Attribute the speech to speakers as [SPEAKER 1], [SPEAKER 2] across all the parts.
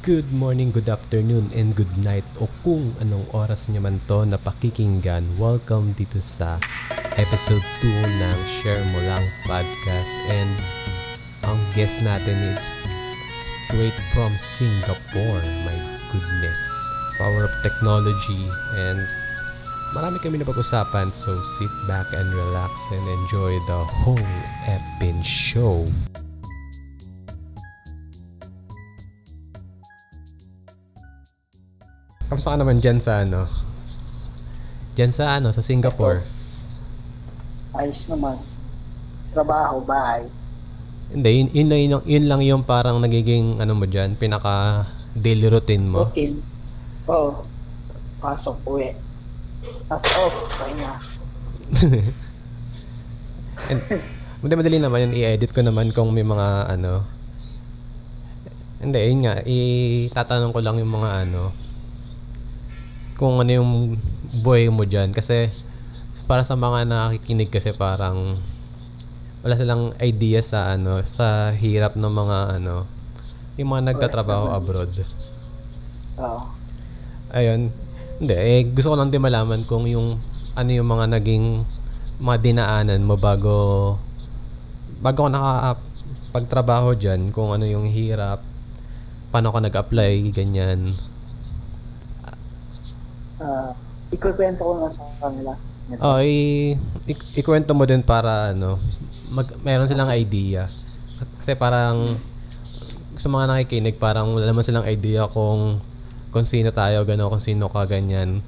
[SPEAKER 1] Good morning, good afternoon, and good night o kung anong oras niya man to na pakikinggan. Welcome dito sa episode 2 ng Share Mo Lang Podcast and ang guest natin is straight from Singapore. My goodness. Power of technology and marami kami na pag-usapan so sit back and relax and enjoy the whole Epin show. Kamusta ka naman dyan sa ano? Dyan sa ano, sa Singapore?
[SPEAKER 2] Ayos naman. Trabaho, bahay.
[SPEAKER 1] Hindi, yun, yun, lang yun, yun lang yung parang nagiging ano mo dyan, pinaka daily routine mo.
[SPEAKER 2] Routine. Oo. Pasok, uwi. oh, At off, pahinga.
[SPEAKER 1] And, madali, madali naman yun, i-edit ko naman kung may mga ano. Hindi, yun nga, itatanong ko lang yung mga ano, kung ano yung buhay mo dyan. Kasi, para sa mga nakikinig kasi parang wala silang idea sa ano, sa hirap ng mga ano, yung mga nagtatrabaho abroad.
[SPEAKER 2] Oo.
[SPEAKER 1] Ayun. Hindi, eh, gusto ko lang din malaman kung yung ano yung mga naging mga dinaanan mo bago bago ka naka pagtrabaho diyan kung ano yung hirap paano ka nag-apply ganyan
[SPEAKER 2] Ah, ikukwento ko na sa kanila.
[SPEAKER 1] oh i- ik- ikwento mo din para ano mag meron silang idea kasi parang sa mga nakikinig parang wala naman silang idea kung kung sino tayo gano kung sino ka ganyan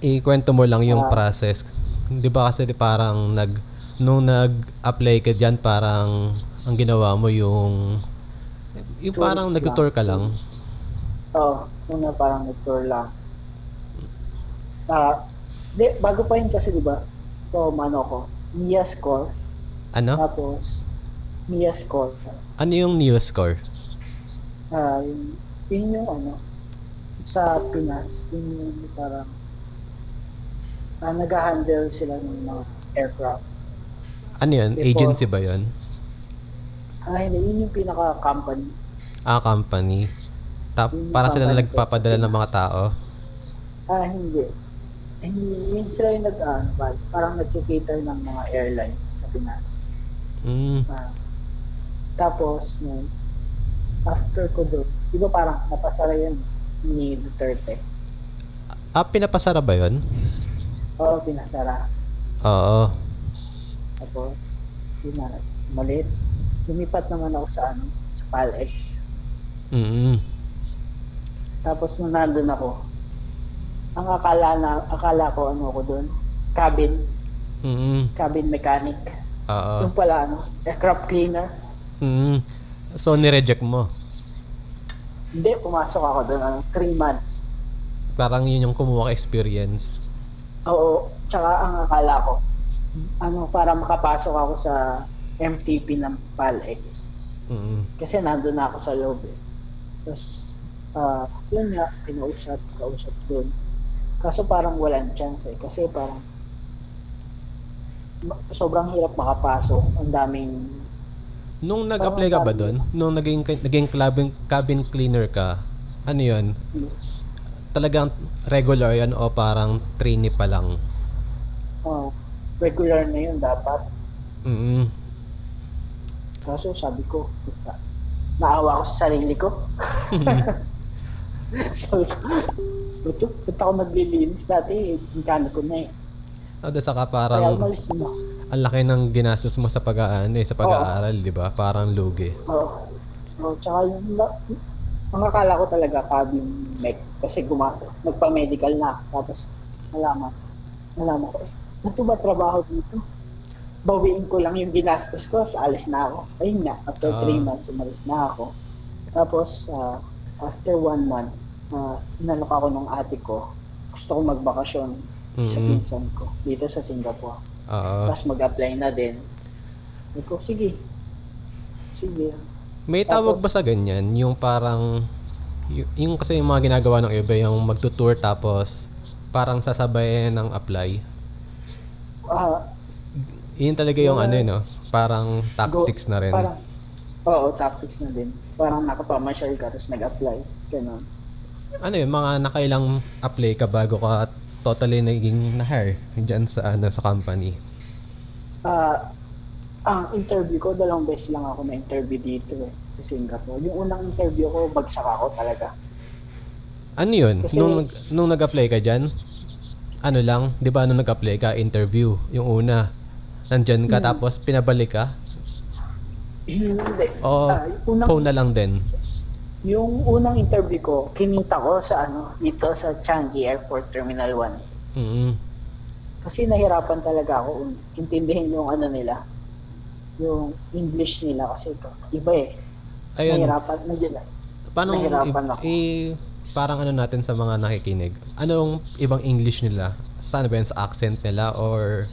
[SPEAKER 1] ikwento mo lang yung process 'di ba kasi di parang nag nung nag-apply ka diyan parang ang ginawa mo yung yung
[SPEAKER 2] Tours
[SPEAKER 1] parang
[SPEAKER 2] lang.
[SPEAKER 1] nag-tour ka lang
[SPEAKER 2] Oo. Una parang nag-tour lang. Ah, di, bago pa yun kasi, di ba? Ito, mano ko. Mia score.
[SPEAKER 1] ano
[SPEAKER 2] Ah. Tapos, Mia score.
[SPEAKER 1] ano yung news score
[SPEAKER 2] Ah, yun, yun yung ano, sa Pinas, yun yung parang ah, nag-handle sila ng mga aircraft.
[SPEAKER 1] ano yun
[SPEAKER 2] Before.
[SPEAKER 1] agency ba yun
[SPEAKER 2] Ah, hindi, yun yung pinaka-company.
[SPEAKER 1] Ah, company. Ta-
[SPEAKER 2] Yung
[SPEAKER 1] para sila na
[SPEAKER 2] company
[SPEAKER 1] nagpapadala
[SPEAKER 2] ko.
[SPEAKER 1] ng mga tao.
[SPEAKER 2] Ah, hindi. Hindi, yun sila yung nag ano ba, parang nag-cater ng mga airlines sa Pinas.
[SPEAKER 1] Mm.
[SPEAKER 2] Ah, tapos, no, after ko doon, di ba parang napasara yun ni Duterte?
[SPEAKER 1] Ah, pinapasara ba yun?
[SPEAKER 2] Oo, pinasara.
[SPEAKER 1] Oo.
[SPEAKER 2] Tapos, yun na, umalis. Lumipat naman ako sa ano, sa PalX.
[SPEAKER 1] Mm-mm.
[SPEAKER 2] Tapos nung nandun ako, ang akala na, akala ko ano ko doon, cabin,
[SPEAKER 1] Mm-mm.
[SPEAKER 2] cabin mechanic.
[SPEAKER 1] Oo.
[SPEAKER 2] Yung pala ano, aircraft cleaner.
[SPEAKER 1] Mm-mm. So, nireject mo.
[SPEAKER 2] Hindi, pumasok ako doon, ano, three months.
[SPEAKER 1] Parang yun yung kumuha ka experience.
[SPEAKER 2] Oo, tsaka ang akala ko, ano, para makapasok ako sa MTP ng PalX.
[SPEAKER 1] Mm-mm.
[SPEAKER 2] Kasi nandun na ako sa loob eh. Tapos, ah, yun nga, kinausap, kausap doon. Kaso parang walang chance eh. Kasi parang ma- sobrang hirap makapasok. Ang daming,
[SPEAKER 1] Nung nag-apply ka ba doon? Nung naging, naging cabin, cabin cleaner ka, ano yun? Talagang regular yun o parang trainee pa lang?
[SPEAKER 2] oh, regular na yun dapat.
[SPEAKER 1] Mm-mm.
[SPEAKER 2] Kaso sabi ko, "Puta, naawa ako sa sarili ko. sabi ko, "Puto, ba't ako naglilinis dati? Mechanic ko na eh.
[SPEAKER 1] O, dasa ka
[SPEAKER 2] Kaya
[SPEAKER 1] Ah, parang
[SPEAKER 2] umalis din ako.
[SPEAKER 1] ang laki ng ginastos mo sa pag-aano eh, sa pag-aaral, di ba? Parang lugi.
[SPEAKER 2] Oo. Oh, tsaka yung, na, ang akala ko talaga cabin mech kasi guma, nagpa-medical na ako. tapos nalaman, nalaman ko, ano to ba trabaho dito? Bawiin ko lang yung ginastos ko, sa alis na ako. Ayun nga, after
[SPEAKER 1] Ah.
[SPEAKER 2] 3 months, umalis na ako. Tapos, ah, after 1 month, uh, inalok ako ng ate ko. Gusto ko magbakasyon sa
[SPEAKER 1] Mm-mm.
[SPEAKER 2] pinsan ko dito sa Singapore.
[SPEAKER 1] Oo.
[SPEAKER 2] Tapos mag-apply na din. Sabi ko, sige. Sige.
[SPEAKER 1] May tawag
[SPEAKER 2] Tapos-
[SPEAKER 1] ba sa ganyan? Yung parang, y- yung kasi yung mga ginagawa ng iba, yung magtutour tapos parang sasabayan ng apply.
[SPEAKER 2] Ah,
[SPEAKER 1] Yun talaga yung ano yun, no? Parang eh, tactics na rin.
[SPEAKER 2] parang, Oo, tactics na din. Parang nakapamashare ka, tapos nag-apply. Ganun.
[SPEAKER 1] Ano yun, mga nakailang apply ka bago ka totally naging na-hire dyan sa, ano, sa company?
[SPEAKER 2] Ah, ang interview ko, dalawang beses lang ako na-interview dito eh, sa Singapore. Yung unang interview ko, bagsak ako talaga.
[SPEAKER 1] Ano yun?
[SPEAKER 2] Kasi-
[SPEAKER 1] nung, nag, nung nag-apply ka dyan, ano lang, di ba nung nag-apply ka, interview, yung una, nandyan
[SPEAKER 2] Mm-hmm.
[SPEAKER 1] ka, tapos pinabalik ka,
[SPEAKER 2] Hindi.
[SPEAKER 1] o
[SPEAKER 2] Ah, yung unang,
[SPEAKER 1] Oh, phone na lang din.
[SPEAKER 2] yung unang interview ko, kinita ko sa ano, dito sa Changi Airport Terminal 1.
[SPEAKER 1] Mm-mm.
[SPEAKER 2] Kasi nahirapan talaga ako un- intindihin yung ano nila, yung English nila kasi ito, iba eh.
[SPEAKER 1] Ayun,
[SPEAKER 2] Nahirapan, medyo na-
[SPEAKER 1] paano,
[SPEAKER 2] nahirapan
[SPEAKER 1] i-
[SPEAKER 2] ako.
[SPEAKER 1] i- parang ano natin sa mga nakikinig, anong ibang English nila? Saan ba yun? Sa accent nila or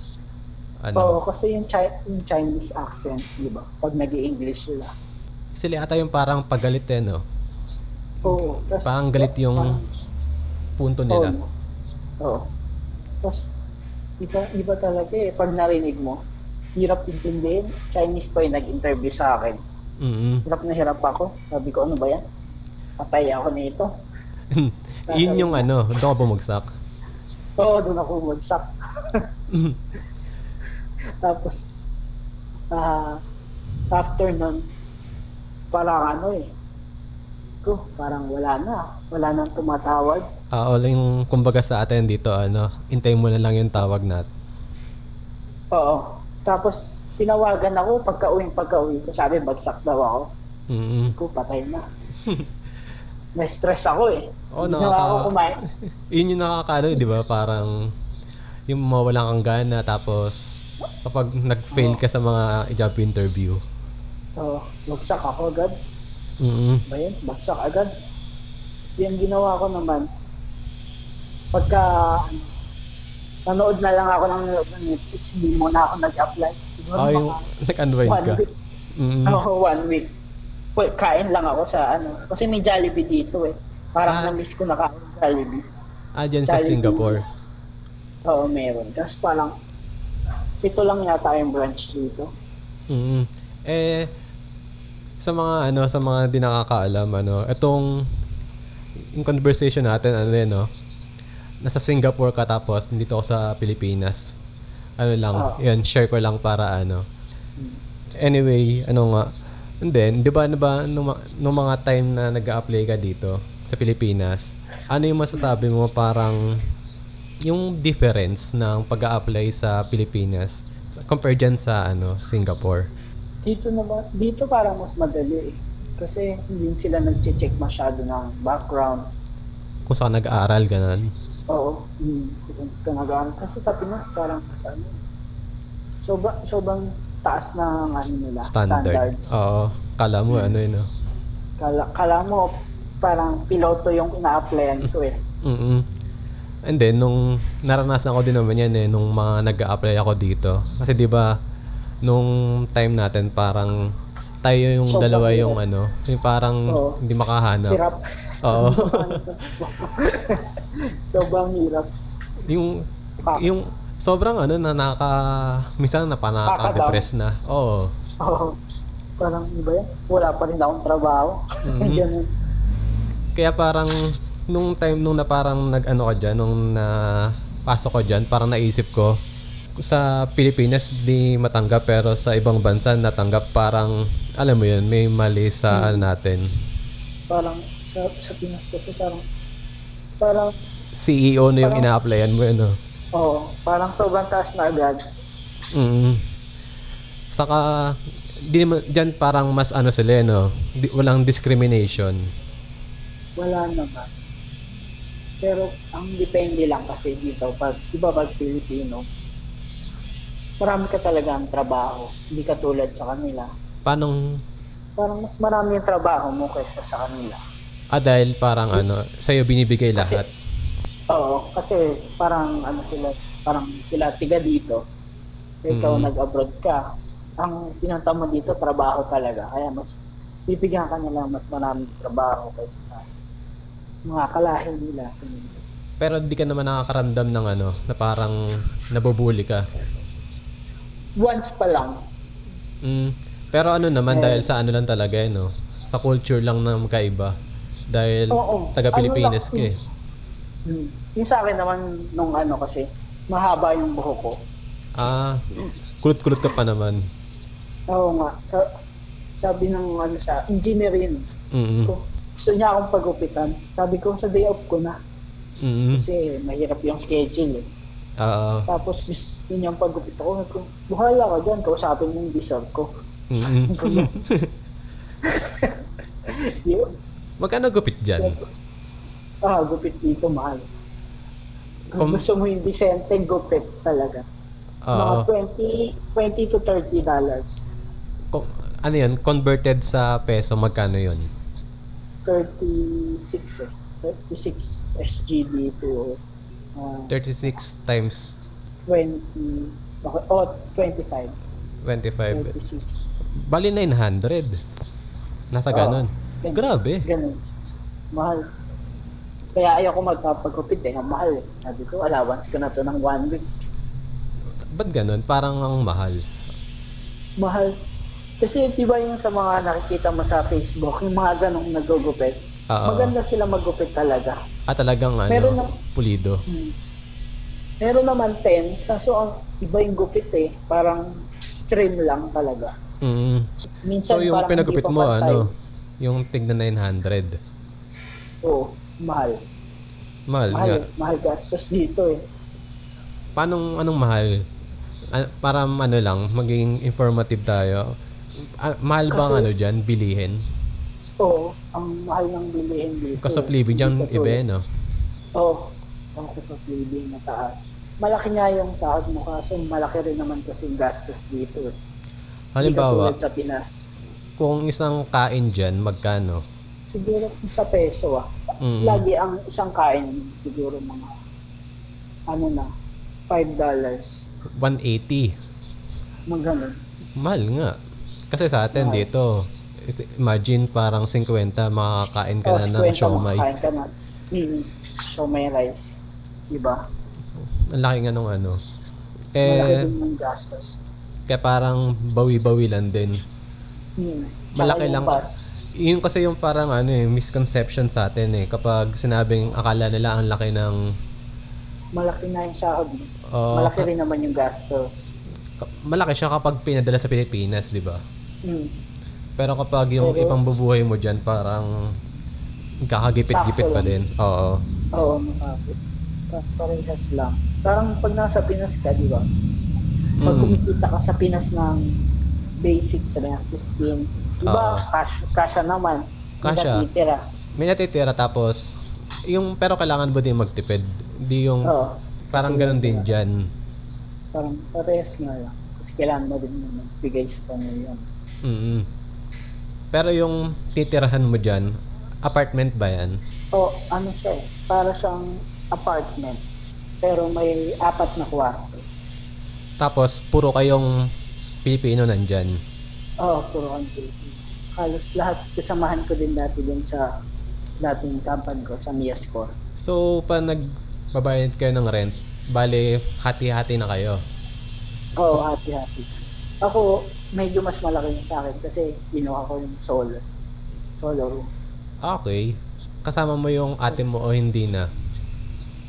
[SPEAKER 2] Oo,
[SPEAKER 1] ano?
[SPEAKER 2] kasi yung, Chi- yung Chinese accent, di ba? Pag nag english sila.
[SPEAKER 1] Sila ata yung parang pagalit eh, no?
[SPEAKER 2] Oo. tas-
[SPEAKER 1] Parang galit yung
[SPEAKER 2] parang-
[SPEAKER 1] Punto nila.
[SPEAKER 2] Oo. Oo. Tapos, iba, iba talaga eh. Pag narinig mo, hirap intindihin. Chinese pa yung nag-interview sa akin.
[SPEAKER 1] Mm-mm.
[SPEAKER 2] Hirap na hirap ako. Sabi ko, ano ba yan? Patay ako nito.
[SPEAKER 1] Yun yung ano, doon ka bumagsak.
[SPEAKER 2] Oo, doon ako bumagsak.
[SPEAKER 1] Mhm.
[SPEAKER 2] Tapos, ah after nun, parang ano eh. Ko, parang wala na. Wala nang tumatawag.
[SPEAKER 1] Ah, all yung kumbaga sa atin dito, ano, intay mo na lang yung tawag nat.
[SPEAKER 2] Oo. Tapos, tinawagan ako pagka-uwi, pagka-uwi ko. Sabi, bagsak daw ako.
[SPEAKER 1] Mm-mm.
[SPEAKER 2] ko, patay na. Na-stress ako eh.
[SPEAKER 1] Oo,
[SPEAKER 2] Hindi
[SPEAKER 1] nakaka-
[SPEAKER 2] na ako kumain.
[SPEAKER 1] Yun yung nakakalo, di ba? Parang yung mawala kang gana tapos kapag nag-fail ka sa mga job interview.
[SPEAKER 2] Oo, bagsak ako agad.
[SPEAKER 1] Mm-mm.
[SPEAKER 2] Ba yun? Bagsak agad. Yung ginawa ko naman, pagka ano, nanood na lang ako ng nanood ng Netflix, hindi mo na ako nag-apply. Siguro
[SPEAKER 1] Ah, yung
[SPEAKER 2] mga
[SPEAKER 1] nag-unwind
[SPEAKER 2] one
[SPEAKER 1] ka. Mm-hmm. Hmm.
[SPEAKER 2] week.
[SPEAKER 1] Mm-mm.
[SPEAKER 2] Oo, one week. Well, kain lang ako sa ano. Kasi may Jollibee dito eh. Parang
[SPEAKER 1] Ah.
[SPEAKER 2] na-miss ko na kain ng Jollibee.
[SPEAKER 1] Ah, dyan sa
[SPEAKER 2] Jollibee.
[SPEAKER 1] Singapore.
[SPEAKER 2] Oo, meron. Tapos parang, ito lang yata yung branch dito.
[SPEAKER 1] Mm-mm. Eh sa mga ano, sa mga di nakakaalam ano, itong yung conversation natin ano yan, no? Nasa Singapore ka tapos dito ako sa Pilipinas. Ano lang,
[SPEAKER 2] Ah.
[SPEAKER 1] yun, share ko lang para ano. Anyway, ano nga. And then, di ba, na ba nung, ma- nung mga time na nag apply ka dito sa Pilipinas, ano yung masasabi mo parang yung difference ng pag apply sa Pilipinas sa- compared dyan sa ano, Singapore?
[SPEAKER 2] Dito naman, dito parang mas madali eh. Kasi hindi sila nag-check masyado ng background.
[SPEAKER 1] Kung saan nag-aaral, ganun.
[SPEAKER 2] Oo, hmm, kasi kanagaan. Kasi sa Pinas parang kasi ano, sobrang, sobrang taas ng ano nila,
[SPEAKER 1] Standard. Ah.
[SPEAKER 2] standards. Hmm.
[SPEAKER 1] Oo. Kala mo, ano yun, no?
[SPEAKER 2] Kala, kala mo, parang piloto yung ina-applyan ko eh.
[SPEAKER 1] Mm-mm. And then, nung naranasan ko din naman yan eh, nung mga nag apply ako dito. Kasi di ba nung time natin parang tayo yung
[SPEAKER 2] Sobrang
[SPEAKER 1] dalawa
[SPEAKER 2] hirap.
[SPEAKER 1] yung ano, yung parang
[SPEAKER 2] Oo.
[SPEAKER 1] hindi makahanap.
[SPEAKER 2] Hirap.
[SPEAKER 1] Oo.
[SPEAKER 2] sobrang hirap.
[SPEAKER 1] yung,
[SPEAKER 2] Pa-
[SPEAKER 1] yung sobrang ano na naka, minsan na pa nakaka-depress na. Oo.
[SPEAKER 2] Oo. Parang iba yan. Wala pa rin akong trabaho.
[SPEAKER 1] Mhm.
[SPEAKER 2] Ganun.
[SPEAKER 1] Kaya parang nung time nung na parang nag-ano ka diyan nung na pasok ko diyan, parang naisip ko sa Pilipinas di matanggap pero sa ibang bansa natanggap parang alam mo yun may mali sa ano natin
[SPEAKER 2] Parang sa, sa Pinas kasi parang parang
[SPEAKER 1] CEO E na yung
[SPEAKER 2] Parang-
[SPEAKER 1] ina-applyan mo ano
[SPEAKER 2] Oo, parang sobrang taas na agad.
[SPEAKER 1] mm saka di naman diyan parang mas ano sila eh, no di, walang discrimination
[SPEAKER 2] Wala naman. Pero ang depende lang kasi dito, pag, iba pag Pilipino, marami ka talaga ang trabaho. Hindi ka tulad sa kanila.
[SPEAKER 1] paano
[SPEAKER 2] Parang mas marami ang trabaho mo kaysa sa kanila.
[SPEAKER 1] ah dahil parang ano sa'yo binibigay lahat
[SPEAKER 2] Oo, kasi parang ano sila, parang sila tiga dito. Ikaw
[SPEAKER 1] Mm.
[SPEAKER 2] nag-abroad ka. Ang pinunta mo dito, trabaho talaga. Kaya mas bibigyan ka nila mas maraming trabaho kaysa sa mga kalahin nila.
[SPEAKER 1] pero di ka naman nakakaramdam ng ano na parang nabubuli ka
[SPEAKER 2] Once pa lang.
[SPEAKER 1] Mm. Pero ano naman,
[SPEAKER 2] Eh.
[SPEAKER 1] dahil sa ano lang talaga, eh, no? Sa culture lang na magkaiba. Dahil
[SPEAKER 2] Oo.
[SPEAKER 1] taga-Pilipinas
[SPEAKER 2] Ano
[SPEAKER 1] ka eh.
[SPEAKER 2] lang, Hmm. Yung sa akin naman nung ano kasi, mahaba yung buhok ko.
[SPEAKER 1] Ah, kulot-kulot ka pa naman.
[SPEAKER 2] Oo nga. Sa, sabi ng ano sa engineer yun.
[SPEAKER 1] Mm-mm.
[SPEAKER 2] ko, Gusto niya akong pagupitan. Sabi ko sa day off ko na.
[SPEAKER 1] Mm-mm.
[SPEAKER 2] Kasi mahirap yung schedule eh.
[SPEAKER 1] Ah,
[SPEAKER 2] Tapos gusto niyang pagupit ako. Sabi ko, Buhala ka dyan. Kausapin mo yung deserve ko.
[SPEAKER 1] mm-mm.
[SPEAKER 2] Yun.
[SPEAKER 1] Magkano gupit dyan?
[SPEAKER 2] Ah, gupit dito, mahal.
[SPEAKER 1] Um,
[SPEAKER 2] Kung gusto mo yung decente, gupit talaga.
[SPEAKER 1] Ah,
[SPEAKER 2] Mga 20, 20 to 30 dollars.
[SPEAKER 1] ko- ano yun? Converted sa peso, magkano yun?
[SPEAKER 2] 36 eh. 36 SGD to uh,
[SPEAKER 1] 36 times
[SPEAKER 2] 20 okay, oh 25
[SPEAKER 1] 25.
[SPEAKER 2] 36
[SPEAKER 1] Bali 900. Nasa
[SPEAKER 2] Oo.
[SPEAKER 1] ganon. Ah,
[SPEAKER 2] Ganun.
[SPEAKER 1] Grabe.
[SPEAKER 2] Oh, ganun mahal kaya ayaw ko magpapagupit eh ang mahal eh sabi ko allowance ko na to ng one week
[SPEAKER 1] Ba't ganon? Parang ang mahal.
[SPEAKER 2] mahal kasi di ba yung sa mga nakikita mo sa Facebook yung mga ganong nagugupit
[SPEAKER 1] Oo.
[SPEAKER 2] maganda sila magupit talaga
[SPEAKER 1] Ah, talagang ano,
[SPEAKER 2] Meron na-
[SPEAKER 1] pulido.
[SPEAKER 2] Hmm. meron naman 10 kaso ang iba yung gupit eh parang trim lang talaga
[SPEAKER 1] Mm. So,
[SPEAKER 2] Minsan
[SPEAKER 1] yung
[SPEAKER 2] parang hindi
[SPEAKER 1] pinagupit
[SPEAKER 2] pa
[SPEAKER 1] mo,
[SPEAKER 2] pantay.
[SPEAKER 1] ano, yung tigna 900.
[SPEAKER 2] Oo, mahal.
[SPEAKER 1] Mahal.
[SPEAKER 2] Mahal,
[SPEAKER 1] nga.
[SPEAKER 2] eh. mahal gastos dito eh.
[SPEAKER 1] Paano, anong mahal? An- para ano lang, maging informative tayo. Ah, mahal bang
[SPEAKER 2] Kasi-
[SPEAKER 1] ano dyan, bilihin?
[SPEAKER 2] Oo, ang mahal ng bilihin dito.
[SPEAKER 1] Cost of
[SPEAKER 2] eh.
[SPEAKER 1] living dyan,
[SPEAKER 2] Dito,
[SPEAKER 1] iba eh,
[SPEAKER 2] eh.
[SPEAKER 1] no?
[SPEAKER 2] Oo, ang cost of living mataas. Malaki nga yung sahod mo kaso malaki rin naman kasi yung gastos dito. eh. Hindi
[SPEAKER 1] Halimbawa,
[SPEAKER 2] katulad sa Pinas.
[SPEAKER 1] kung isang kain dyan, magkano?
[SPEAKER 2] Siguro kung sa peso ah.
[SPEAKER 1] Mm.
[SPEAKER 2] Lagi ang isang kain siguro mga ano na, $5. dollars.
[SPEAKER 1] 180.
[SPEAKER 2] Mga ganun.
[SPEAKER 1] Mahal nga. Kasi sa atin
[SPEAKER 2] Mahal.
[SPEAKER 1] dito, is- imagine parang 50 makakain ka
[SPEAKER 2] Oh,
[SPEAKER 1] na
[SPEAKER 2] si
[SPEAKER 1] ng
[SPEAKER 2] Kwenta,
[SPEAKER 1] siomay.
[SPEAKER 2] makakain ka na. Mm, siomay rice. Diba?
[SPEAKER 1] Ang laki nga nung ano.
[SPEAKER 2] Malaki
[SPEAKER 1] Eh,
[SPEAKER 2] din yung gastos.
[SPEAKER 1] kaya parang bawi-bawi lang din.
[SPEAKER 2] Mm.
[SPEAKER 1] Malaki lang.
[SPEAKER 2] Bus.
[SPEAKER 1] Yun kasi yung parang ano eh, misconception sa atin eh. Kapag sinabing akala nila ang laki ng...
[SPEAKER 2] Malaki na yung sahod. mo.
[SPEAKER 1] oh,
[SPEAKER 2] Malaki rin naman yung gastos.
[SPEAKER 1] ka- malaki siya kapag pinadala sa Pilipinas, di ba?
[SPEAKER 2] Mm.
[SPEAKER 1] Pero kapag yung
[SPEAKER 2] Pero-
[SPEAKER 1] ipang bubuhay mo dyan, parang kakagipit-gipit
[SPEAKER 2] Sakto
[SPEAKER 1] pa din.
[SPEAKER 2] lang.
[SPEAKER 1] Oo.
[SPEAKER 2] Oo, nakapit. Parehas lang. Parang pag nasa Pinas ka, diba? di ba? Pag
[SPEAKER 1] Mm.
[SPEAKER 2] kumikita ka sa Pinas ng basic, sabi na 15. Diba?
[SPEAKER 1] Oo.
[SPEAKER 2] cash, kasha naman.
[SPEAKER 1] Kasya.
[SPEAKER 2] Kasha. Titira.
[SPEAKER 1] May natitira tapos yung pero kailangan mo din magtipid. Di yung
[SPEAKER 2] Oo.
[SPEAKER 1] parang ganun din diyan.
[SPEAKER 2] Parang parehas nga lang. Kasi kailangan mo din naman bigay sa pamilya. mo.
[SPEAKER 1] mm Pero yung titirahan mo diyan, apartment ba 'yan?
[SPEAKER 2] O, ano siya eh, para siyang apartment. Pero may apat na kwarto.
[SPEAKER 1] Tapos puro kayong Pilipino nandiyan.
[SPEAKER 2] Oo, puro kang Pilipino. Halos lahat, kasamahan ko din dati din sa dating company ko, sa Mia Score.
[SPEAKER 1] So pa nagbabayad kayo ng rent, bale hati-hati na kayo.
[SPEAKER 2] Oo, hati-hati. Ako, medyo mas malaki yung sa akin kasi ginawa ko yung solo. Solo room.
[SPEAKER 1] Ah, Okay. Kasama mo yung ate mo o hindi na.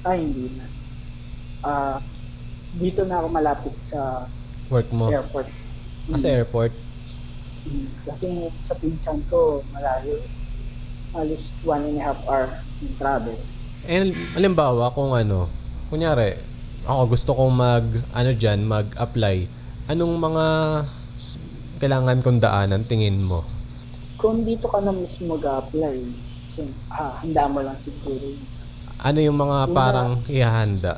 [SPEAKER 2] Ay, hindi na. Ah, dito na ako malapit sa
[SPEAKER 1] Work mo.
[SPEAKER 2] airport.
[SPEAKER 1] Kasi
[SPEAKER 2] Mm.
[SPEAKER 1] airport.
[SPEAKER 2] Mm, Kasi sa pinsan ko, malayo. Halos one and a half hour yung travel.
[SPEAKER 1] And halimbawa kung ano, kunyari, ako gusto kong mag ano diyan, mag-apply. Anong mga kailangan kong daanan tingin mo?
[SPEAKER 2] Kung dito ka na mismo mag-apply, so, ah, handa mo lang siguro yun.
[SPEAKER 1] Ano yung mga
[SPEAKER 2] Una.
[SPEAKER 1] parang ihahanda?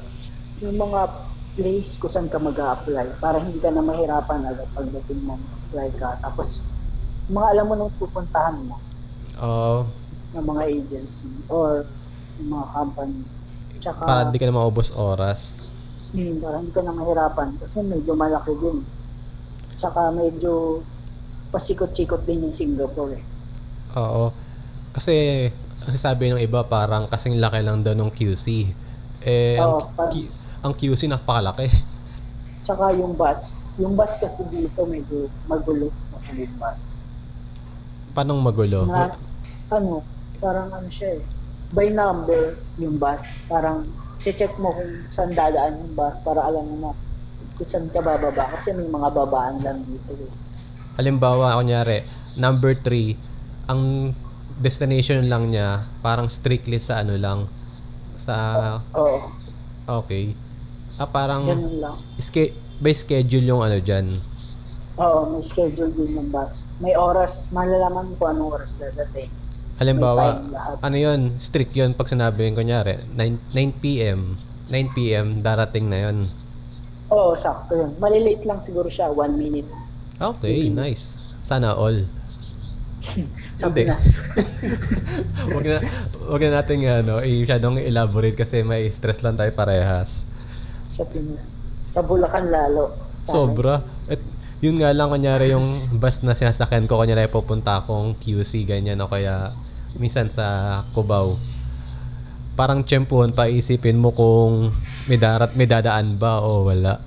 [SPEAKER 2] yung mga place kung saan ka mag-apply para hindi ka na mahirapan agad pagdating mo apply ka. Tapos, mga alam mo nang pupuntahan mo
[SPEAKER 1] Oh,
[SPEAKER 2] ng mga agency or ng mga company. Tsaka,
[SPEAKER 1] para di ka na maubos oras.
[SPEAKER 2] Hmm, para hindi ka na mahirapan kasi medyo malaki din. Tsaka medyo pasikot-sikot din yung Singapore eh.
[SPEAKER 1] Oo. Kasi ang sabi ng iba parang kasing laki lang daw ng QC. Eh ang,
[SPEAKER 2] Oo, parang-
[SPEAKER 1] Q- ang QC napakalaki.
[SPEAKER 2] Tsaka yung bus. Yung bus kasi dito medyo magulo. Hindi mas.
[SPEAKER 1] Panong magulo?
[SPEAKER 2] Na, ano, parang ano siya eh. By number yung bus. Parang check mo kung saan dadaan yung bus para alam mo na kung saan ka bababa. Kasi may mga babaan lang dito eh.
[SPEAKER 1] Halimbawa, kunyari, number 3, ang destination lang niya, parang strictly sa ano lang, sa,
[SPEAKER 2] Oo,
[SPEAKER 1] okay. Ah, parang,
[SPEAKER 2] ganun lang.
[SPEAKER 1] ske- by schedule yung ano dyan.
[SPEAKER 2] Oo, may schedule din ng bus. May oras, malalaman ko anong oras dadating. May
[SPEAKER 1] Halimbawa,
[SPEAKER 2] time lahat.
[SPEAKER 1] ano yun, strict yun pag sinabi yun, kunyari, 9, 9 p.m. 9 p.m. darating na yun.
[SPEAKER 2] Oo, sakto yun. Malilate lang siguro siya, one minute.
[SPEAKER 1] Okay,
[SPEAKER 2] Mm-hmm.
[SPEAKER 1] nice. Sana all.
[SPEAKER 2] Sa
[SPEAKER 1] Hindi.
[SPEAKER 2] Pinas.
[SPEAKER 1] wag na wag na natin ano, i masyadong elaborate kasi may stress lang tayo parehas.
[SPEAKER 2] Sa Pinas. Sa Bulacan lalo.
[SPEAKER 1] Sobra. At yun nga lang kunyari yung bus na sinasakyan ko kunyari pupunta akong QC ganyan o kaya minsan sa Cubao. Parang tsempuhan pa isipin mo kung may darat may dadaan ba o wala.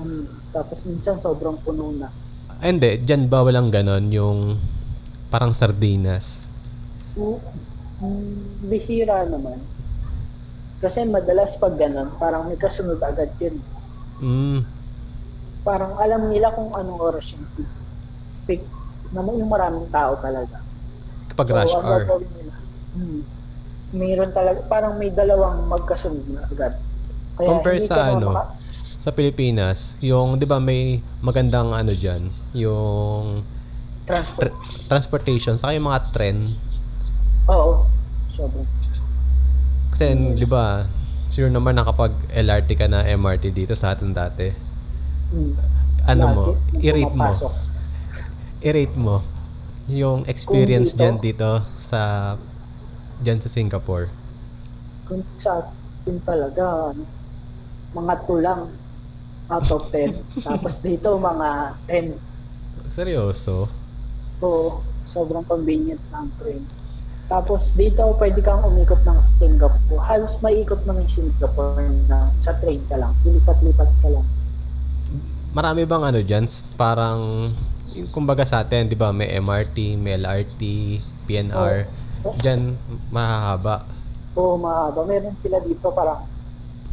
[SPEAKER 2] Um, tapos minsan sobrang puno na.
[SPEAKER 1] Ah, hindi, diyan ba walang ganon yung parang sardinas.
[SPEAKER 2] So, mm, bihira naman. Kasi madalas pag ganun, parang may kasunod agad yun.
[SPEAKER 1] Mm.
[SPEAKER 2] Parang alam nila kung anong oras yung peak. Peak naman yung maraming tao talaga.
[SPEAKER 1] Kapag rush
[SPEAKER 2] ang
[SPEAKER 1] hour.
[SPEAKER 2] gagawin nila, hmm, mayroon talaga, parang may dalawang magkasunod na agad.
[SPEAKER 1] Compare
[SPEAKER 2] hindi
[SPEAKER 1] sa
[SPEAKER 2] ka
[SPEAKER 1] ano?
[SPEAKER 2] maka-
[SPEAKER 1] sa Pilipinas, yung 'di ba may magandang ano diyan, yung
[SPEAKER 2] transport.
[SPEAKER 1] tr- transportation sa yung mga tren
[SPEAKER 2] Oo. Sobrang.
[SPEAKER 1] kasi
[SPEAKER 2] Hmm.
[SPEAKER 1] 'di ba sure naman nakapag LRT ka na MRT dito sa atin dati.
[SPEAKER 2] Hmm.
[SPEAKER 1] Ano
[SPEAKER 2] Lagi
[SPEAKER 1] mo?
[SPEAKER 2] nung
[SPEAKER 1] I-rate mo.
[SPEAKER 2] pumapasok.
[SPEAKER 1] I-rate mo yung experience
[SPEAKER 2] dito-
[SPEAKER 1] diyan dito sa diyan sa Singapore.
[SPEAKER 2] Kung sa atin talaga, ano, mga tulang out of 10. Tapos dito, mga 10.
[SPEAKER 1] Seryoso.
[SPEAKER 2] So, sobrang convenient ng train. Tapos dito, pwede kang umikot ng Singapore. Halos maikot ng Singapore na sa train ka lang. Ilipat-lipat ka lang.
[SPEAKER 1] Marami bang ano diyan parang yung kumbaga sa atin 'di ba may MRT, may LRT, PNR.
[SPEAKER 2] Oo.
[SPEAKER 1] Diyan mahahaba.
[SPEAKER 2] Oo, mahaba. Meron sila dito parang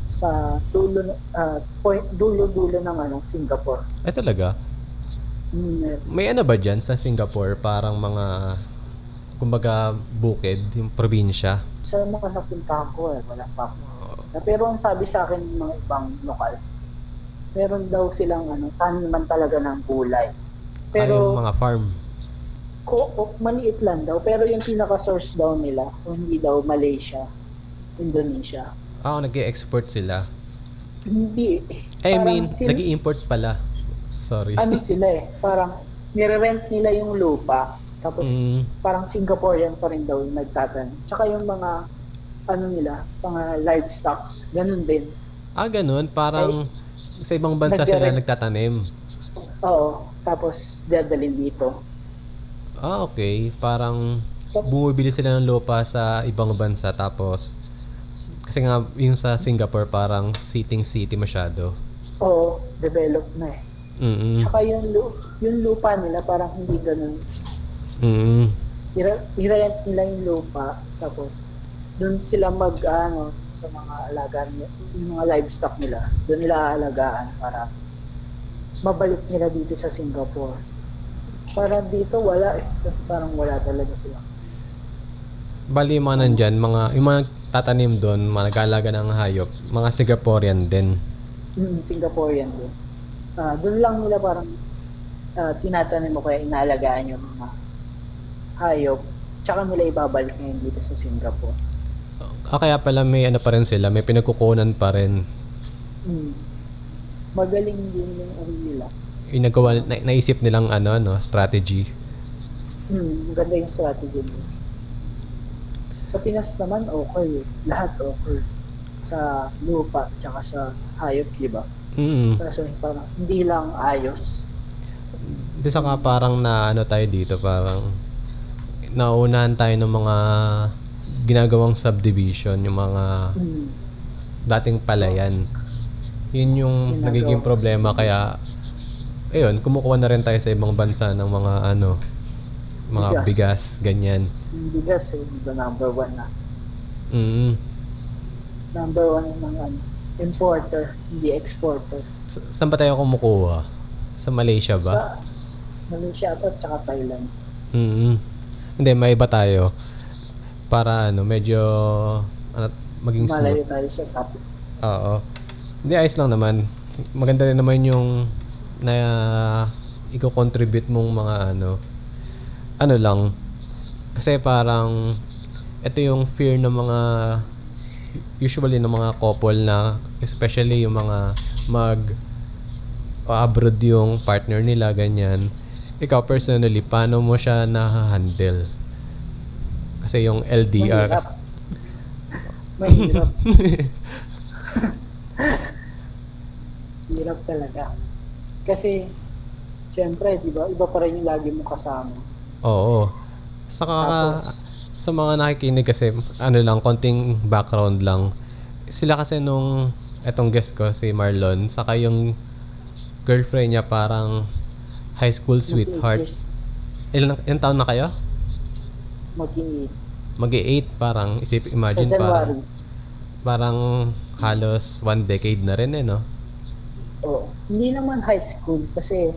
[SPEAKER 2] sa dulo, ah, point, dulo-dulo ng ano, Singapore.
[SPEAKER 1] Ay talaga?
[SPEAKER 2] Mm, meron.
[SPEAKER 1] May ano ba dyan sa Singapore? Parang mga, kumbaga, bukid, yung probinsya.
[SPEAKER 2] sa mga napuntahan ko eh, wala pa ako. Pero ang sabi sa akin ng mga ibang lokal, meron daw silang ano, taniman talaga ng gulay.
[SPEAKER 1] Pero,
[SPEAKER 2] Pero
[SPEAKER 1] Ah, mga farm.
[SPEAKER 2] ko, o- maliit lang daw, pero yung pinaka-source daw nila, kung hindi daw Malaysia, Indonesia.
[SPEAKER 1] Ah, nag export sila. Eh,
[SPEAKER 2] Hindi. eh.
[SPEAKER 1] I
[SPEAKER 2] Parang
[SPEAKER 1] mean,
[SPEAKER 2] sin-
[SPEAKER 1] nag import pala. Sorry.
[SPEAKER 2] ano sila eh, parang nire-rent nila yung lupa, tapos
[SPEAKER 1] Mm.
[SPEAKER 2] parang Singaporean pa rin daw yung nagtatanim. Tsaka yung mga, ano nila, mga livestock, ganun din.
[SPEAKER 1] Ah, ganun. Parang sa ibang bansa sila
[SPEAKER 2] Nag-direct-
[SPEAKER 1] nagtatanim.
[SPEAKER 2] Oo, tapos dadalhin dito.
[SPEAKER 1] Ah, okay. Parang
[SPEAKER 2] So-
[SPEAKER 1] bumibili sila ng lupa sa ibang bansa tapos kasi nga yung sa Singapore parang sitting city masyado.
[SPEAKER 2] Oo, develop na eh.
[SPEAKER 1] Mm.
[SPEAKER 2] Tsaka yung, lu- yung lupa nila parang hindi ganun.
[SPEAKER 1] Mm.
[SPEAKER 2] Ira- I-rent nila yung lupa, tapos doon sila mag, ano, sa mga alagaan, ni- yung mga livestock nila, doon nila aalagaan para mabalik nila dito sa Singapore. Para dito wala eh, kasi parang wala talaga sila.
[SPEAKER 1] Bali yung mga nandyan, mga, yung mga tatanim doon, mga nag-aalaga ng hayop, mga Singaporean din.
[SPEAKER 2] Mm, Singaporean doon. Ah, doon lang nila parang ah, tinatanim mo kaya inaalagaan yung mga hayop. Tsaka nila ibabalik ngayon dito sa Singapore.
[SPEAKER 1] Ah, kaya pala may ano pa rin sila, may pinagkukunan pa rin.
[SPEAKER 2] Mm. Magaling din yung ano nila.
[SPEAKER 1] Yung nagawa, na, naisip nilang ano, no, strategy.
[SPEAKER 2] Mm, maganda yung strategy nila. Sa Pinas naman, okay. eh. Lahat okay. Sa lupa, tsaka sa hayop, di ba?
[SPEAKER 1] Mm.
[SPEAKER 2] Kaso parang hindi lang ayos.
[SPEAKER 1] Di saka parang na ano tayo dito, parang naunahan tayo ng mga ginagawang subdivision, yung mga
[SPEAKER 2] Mm.
[SPEAKER 1] dating palayan. Yun yung
[SPEAKER 2] Ginagawa.
[SPEAKER 1] nagiging problema kaya ayun, kumukuha na rin tayo sa ibang bansa ng mga ano, mga
[SPEAKER 2] Bigas.
[SPEAKER 1] bigas, ganyan.
[SPEAKER 2] Hindi kasi the number one na.
[SPEAKER 1] Mm.
[SPEAKER 2] Number one ng ano, importer, hindi exporter.
[SPEAKER 1] Sa- saan ba tayo kumukuha? Sa Malaysia
[SPEAKER 2] Sa
[SPEAKER 1] ba?
[SPEAKER 2] Malaysia ata at saka Thailand.
[SPEAKER 1] Mm. Hindi, may iba tayo. Para ano, medyo ano, maging smooth.
[SPEAKER 2] Malayo tayo sa topic.
[SPEAKER 1] Oo. Hindi, ayos lang naman. Maganda rin naman yung na i-contribute mong mga ano. Ano lang. Kasi parang ito yung fear ng mga usually ng mga couple na especially yung mga mag abroad yung partner nila ganyan. Ikaw personally, paano mo siya na-handle? Kasi yung LDR
[SPEAKER 2] Mahirap. Mahirap. Hirap talaga. Kasi, syempre, di ba, iba pa rin yung lagi mo kasama.
[SPEAKER 1] Oo. Saka
[SPEAKER 2] Tapos?
[SPEAKER 1] sa mga nakikinig kasi ano lang konting background lang. Sila kasi nung etong guest ko si Marlon saka yung girlfriend niya parang high school sweetheart. Ilan ilang taon na kayo?
[SPEAKER 2] Mag-init.
[SPEAKER 1] Mag-8 parang isip
[SPEAKER 2] Sa
[SPEAKER 1] imagine parang
[SPEAKER 2] January.
[SPEAKER 1] parang halos one decade na rin eh no.
[SPEAKER 2] Oo. Hindi naman high school kasi,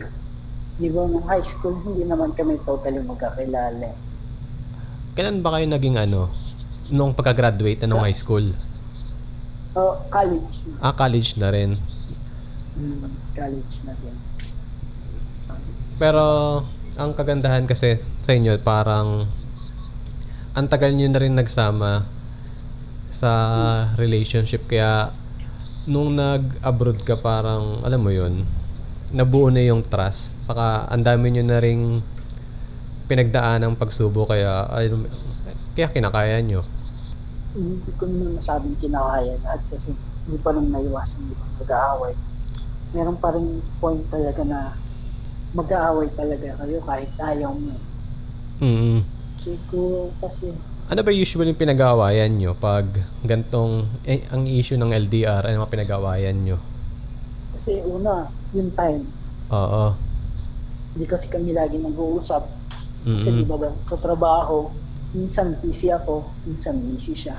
[SPEAKER 2] di ba, nung high school, hindi naman kami totally magkakilala.
[SPEAKER 1] Kailan ba kayo naging ano nung pagka-graduate na nung high school?
[SPEAKER 2] O, college.
[SPEAKER 1] Ah, college na rin.
[SPEAKER 2] Mm, college na din.
[SPEAKER 1] Pero ang kagandahan kasi sa inyo parang ang tagal niyo na rin nagsama sa relationship kaya nung nag-abroad ka parang alam mo yun nabuo na yung trust saka ang dami niyo na ring pinagdaan ng pagsubo kaya ayun, kaya kinakaya niyo.
[SPEAKER 2] Hindi ko naman masabing kinakaya lahat kasi hindi pa rin naiwasan di ba mag-aaway. Meron pa rin point talaga na mag-aaway talaga kayo kahit ayaw mo.
[SPEAKER 1] Mm.
[SPEAKER 2] Siguro kasi
[SPEAKER 1] Ano ba usually yung pinag-aawayan niyo pag gantong eh, ang issue ng LDR ano mga pinag-aawayan niyo?
[SPEAKER 2] Kasi una, yung time,
[SPEAKER 1] Oo.
[SPEAKER 2] hindi kasi kami lagi nag-uusap. Kasi
[SPEAKER 1] Mm-mm.
[SPEAKER 2] di ba ba, sa trabaho, minsan busy ako, minsan busy siya.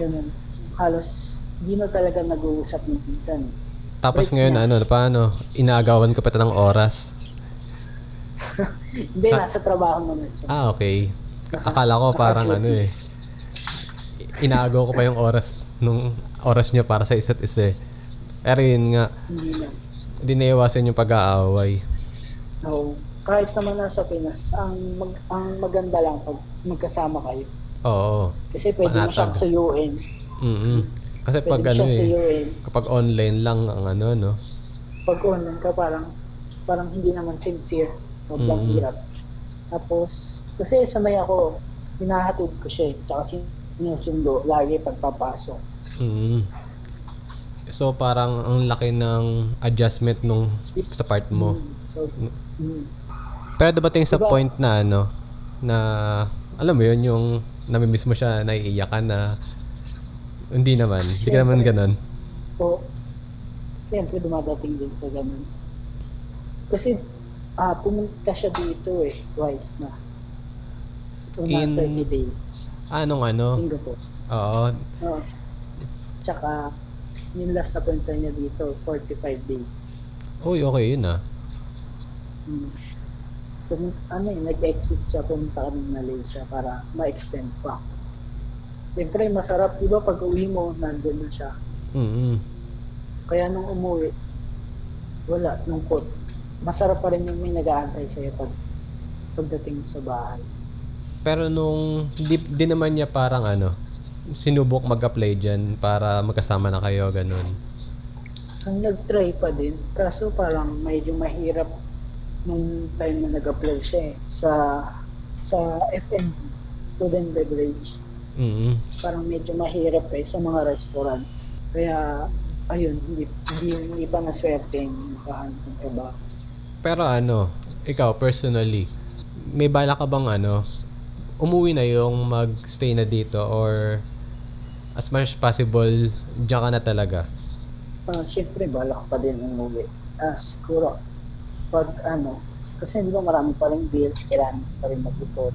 [SPEAKER 2] Ganun. Halos hindi na talaga nag-uusap minsan.
[SPEAKER 1] Tapos
[SPEAKER 2] Right
[SPEAKER 1] ngayon,
[SPEAKER 2] now.
[SPEAKER 1] ano, paano? Inaagawan ka pa ng oras?
[SPEAKER 2] Hindi,
[SPEAKER 1] Sa-
[SPEAKER 2] nasa trabaho naman siya.
[SPEAKER 1] Ah, okay. Akala ko parang ano eh. Inaagaw ko pa yung oras nung oras niya para sa isa't isa eh. Pero yun nga,
[SPEAKER 2] Hindi na.
[SPEAKER 1] hindi naiwasan yung pag-aaway.
[SPEAKER 2] No. Kahit naman nasa Pinas, ang, mag, ang maganda lang pag magkasama kayo.
[SPEAKER 1] Oo.
[SPEAKER 2] Kasi pwede mo siyang
[SPEAKER 1] Panatag.
[SPEAKER 2] suyuin.
[SPEAKER 1] Mm Kasi
[SPEAKER 2] Pwede
[SPEAKER 1] pag
[SPEAKER 2] mo
[SPEAKER 1] ano
[SPEAKER 2] siyang
[SPEAKER 1] eh,
[SPEAKER 2] suyuin.
[SPEAKER 1] kapag online lang ang ano, no?
[SPEAKER 2] pag online ka parang parang hindi naman sincere sobrang
[SPEAKER 1] Mm.
[SPEAKER 2] hirap tapos kasi sanay ako hinahatid ko siya eh tsaka sinusundo lagi pagpapasok
[SPEAKER 1] Mm So parang ang laki ng adjustment nung sa part mo.
[SPEAKER 2] Mm, so mm.
[SPEAKER 1] Pero dumating sa
[SPEAKER 2] Diba?
[SPEAKER 1] point na ano, na alam mo yun, yung namimiss mo siya, naiiyakan na hindi naman, hindi ka naman ganun.
[SPEAKER 2] so siyempre dumadating din sa ganun kasi ah pumunta siya dito eh twice na una
[SPEAKER 1] In-
[SPEAKER 2] 30 days
[SPEAKER 1] Anong ano?
[SPEAKER 2] Singapore
[SPEAKER 1] Oo.
[SPEAKER 2] Oo. tsaka yung last na punta niya dito 45 days
[SPEAKER 1] Uy, okay yun ah.
[SPEAKER 2] Mm. Pum- ano eh, nag-exit siya, pumunta kami ng Malaysia para ma-extend pa. Siyempre, masarap, di ba, pag uwi mo, nandun na siya.
[SPEAKER 1] Mm
[SPEAKER 2] Kaya nung umuwi, wala, lungkot. Masarap pa rin yung may nag-aantay sa'yo pag pagdating sa bahay.
[SPEAKER 1] Pero nung, di, di naman niya parang ano, sinubok mag-apply dyan para magkasama na kayo, ganun.
[SPEAKER 2] Ang nag-try pa din, kaso parang medyo mahirap nung time na nag-apply siya eh, sa sa FM, food and beverage.
[SPEAKER 1] Mm
[SPEAKER 2] parang medyo mahirap eh sa mga restaurant. Kaya, ayun, hindi, hindi, hindi pa naswerte yung makahanap ng trabaho.
[SPEAKER 1] Pero ano, ikaw personally, may bala ka bang ano, umuwi na yung magstay na dito or as much as possible, diyan ka na talaga?
[SPEAKER 2] Ah, Siyempre, balak pa din umuwi. Ah, siguro, pag ano, kasi di ba marami pa rin bills, kailangan pa rin mag-ipon.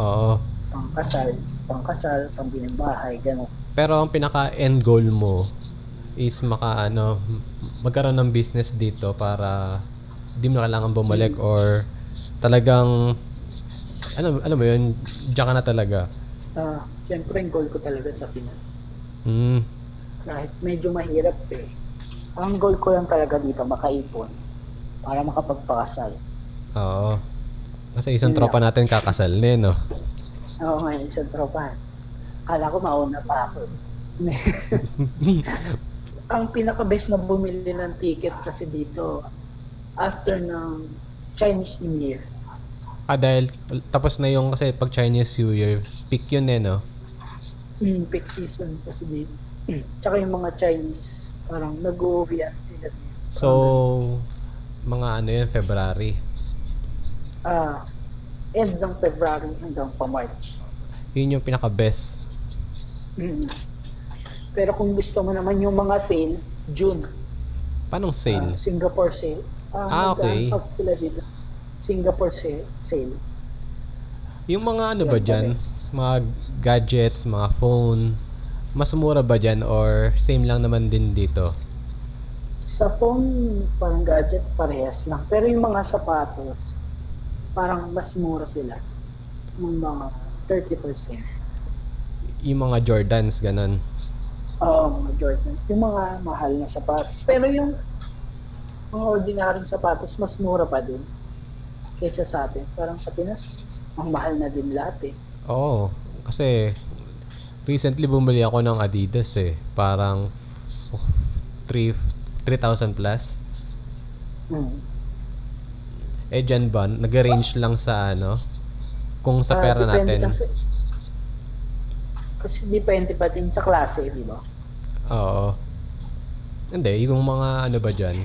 [SPEAKER 1] Oo.
[SPEAKER 2] Pang kasal, pang kasal, pang bahay, gano'n.
[SPEAKER 1] Pero ang pinaka-end goal mo is maka ano, magkaroon ng business dito para di mo na kailangan bumalik or talagang ano alam mo yun, diyan ka na talaga.
[SPEAKER 2] Ah, Siyempre, yung goal ko talaga sa Pinas.
[SPEAKER 1] Mm.
[SPEAKER 2] Kahit medyo mahirap eh. Ang goal ko lang talaga dito, makaipon. Para makapagpakasal.
[SPEAKER 1] Oo. Kasi isang
[SPEAKER 2] Yun
[SPEAKER 1] tropa natin kakasal na yun, no?
[SPEAKER 2] Oo nga, yung isang tropa. Akala ko mauna pa ako. Ang pinaka-best na bumili ng ticket kasi dito, after ng Chinese New Year.
[SPEAKER 1] Ah, dahil tapos na yung kasi pag Chinese New Year, peak yun eh, no?
[SPEAKER 2] Mm, peak season kasi dito. Tsaka yung mga Chinese, parang nag-uwi yan sila.
[SPEAKER 1] So, mga ano yun, February.
[SPEAKER 2] Ah, end ng February hanggang pa March.
[SPEAKER 1] Yun yung pinaka-best.
[SPEAKER 2] Mm. Pero kung gusto mo naman yung mga sale, June.
[SPEAKER 1] Paano
[SPEAKER 2] Ah,
[SPEAKER 1] sale?
[SPEAKER 2] Singapore sale. Ah,
[SPEAKER 1] Ah, okay.
[SPEAKER 2] nag-aantok sila dito. Singapore sale. sale.
[SPEAKER 1] Yung mga ano ba
[SPEAKER 2] Yan,
[SPEAKER 1] dyan?
[SPEAKER 2] pares.
[SPEAKER 1] Mga gadgets, mga phone. Mas mura ba dyan or same lang naman din dito?
[SPEAKER 2] Sa phone, parang gadget, parehas lang. Pero yung mga sapatos, parang mas mura sila. Yung mga 30%.
[SPEAKER 1] Yung mga Jordans, ganun.
[SPEAKER 2] Oo, mga Jordan. Yung mga mahal na sapatos. Pero yung mga ordinaryong sapatos, mas mura pa din kaysa sa atin. Parang sa Pinas, ang mahal na din lahat eh.
[SPEAKER 1] Oo. Kasi recently bumili ako ng Adidas eh. Parang oh, 3 3,000 plus.
[SPEAKER 2] Mm.
[SPEAKER 1] Eh dyan ba? Nag-range lang sa ano? Kung sa
[SPEAKER 2] Ah,
[SPEAKER 1] pera
[SPEAKER 2] depende
[SPEAKER 1] natin.
[SPEAKER 2] Kasi, kasi depende pa din sa klase, di ba?
[SPEAKER 1] Oo. Hindi, yung mga ano ba dyan?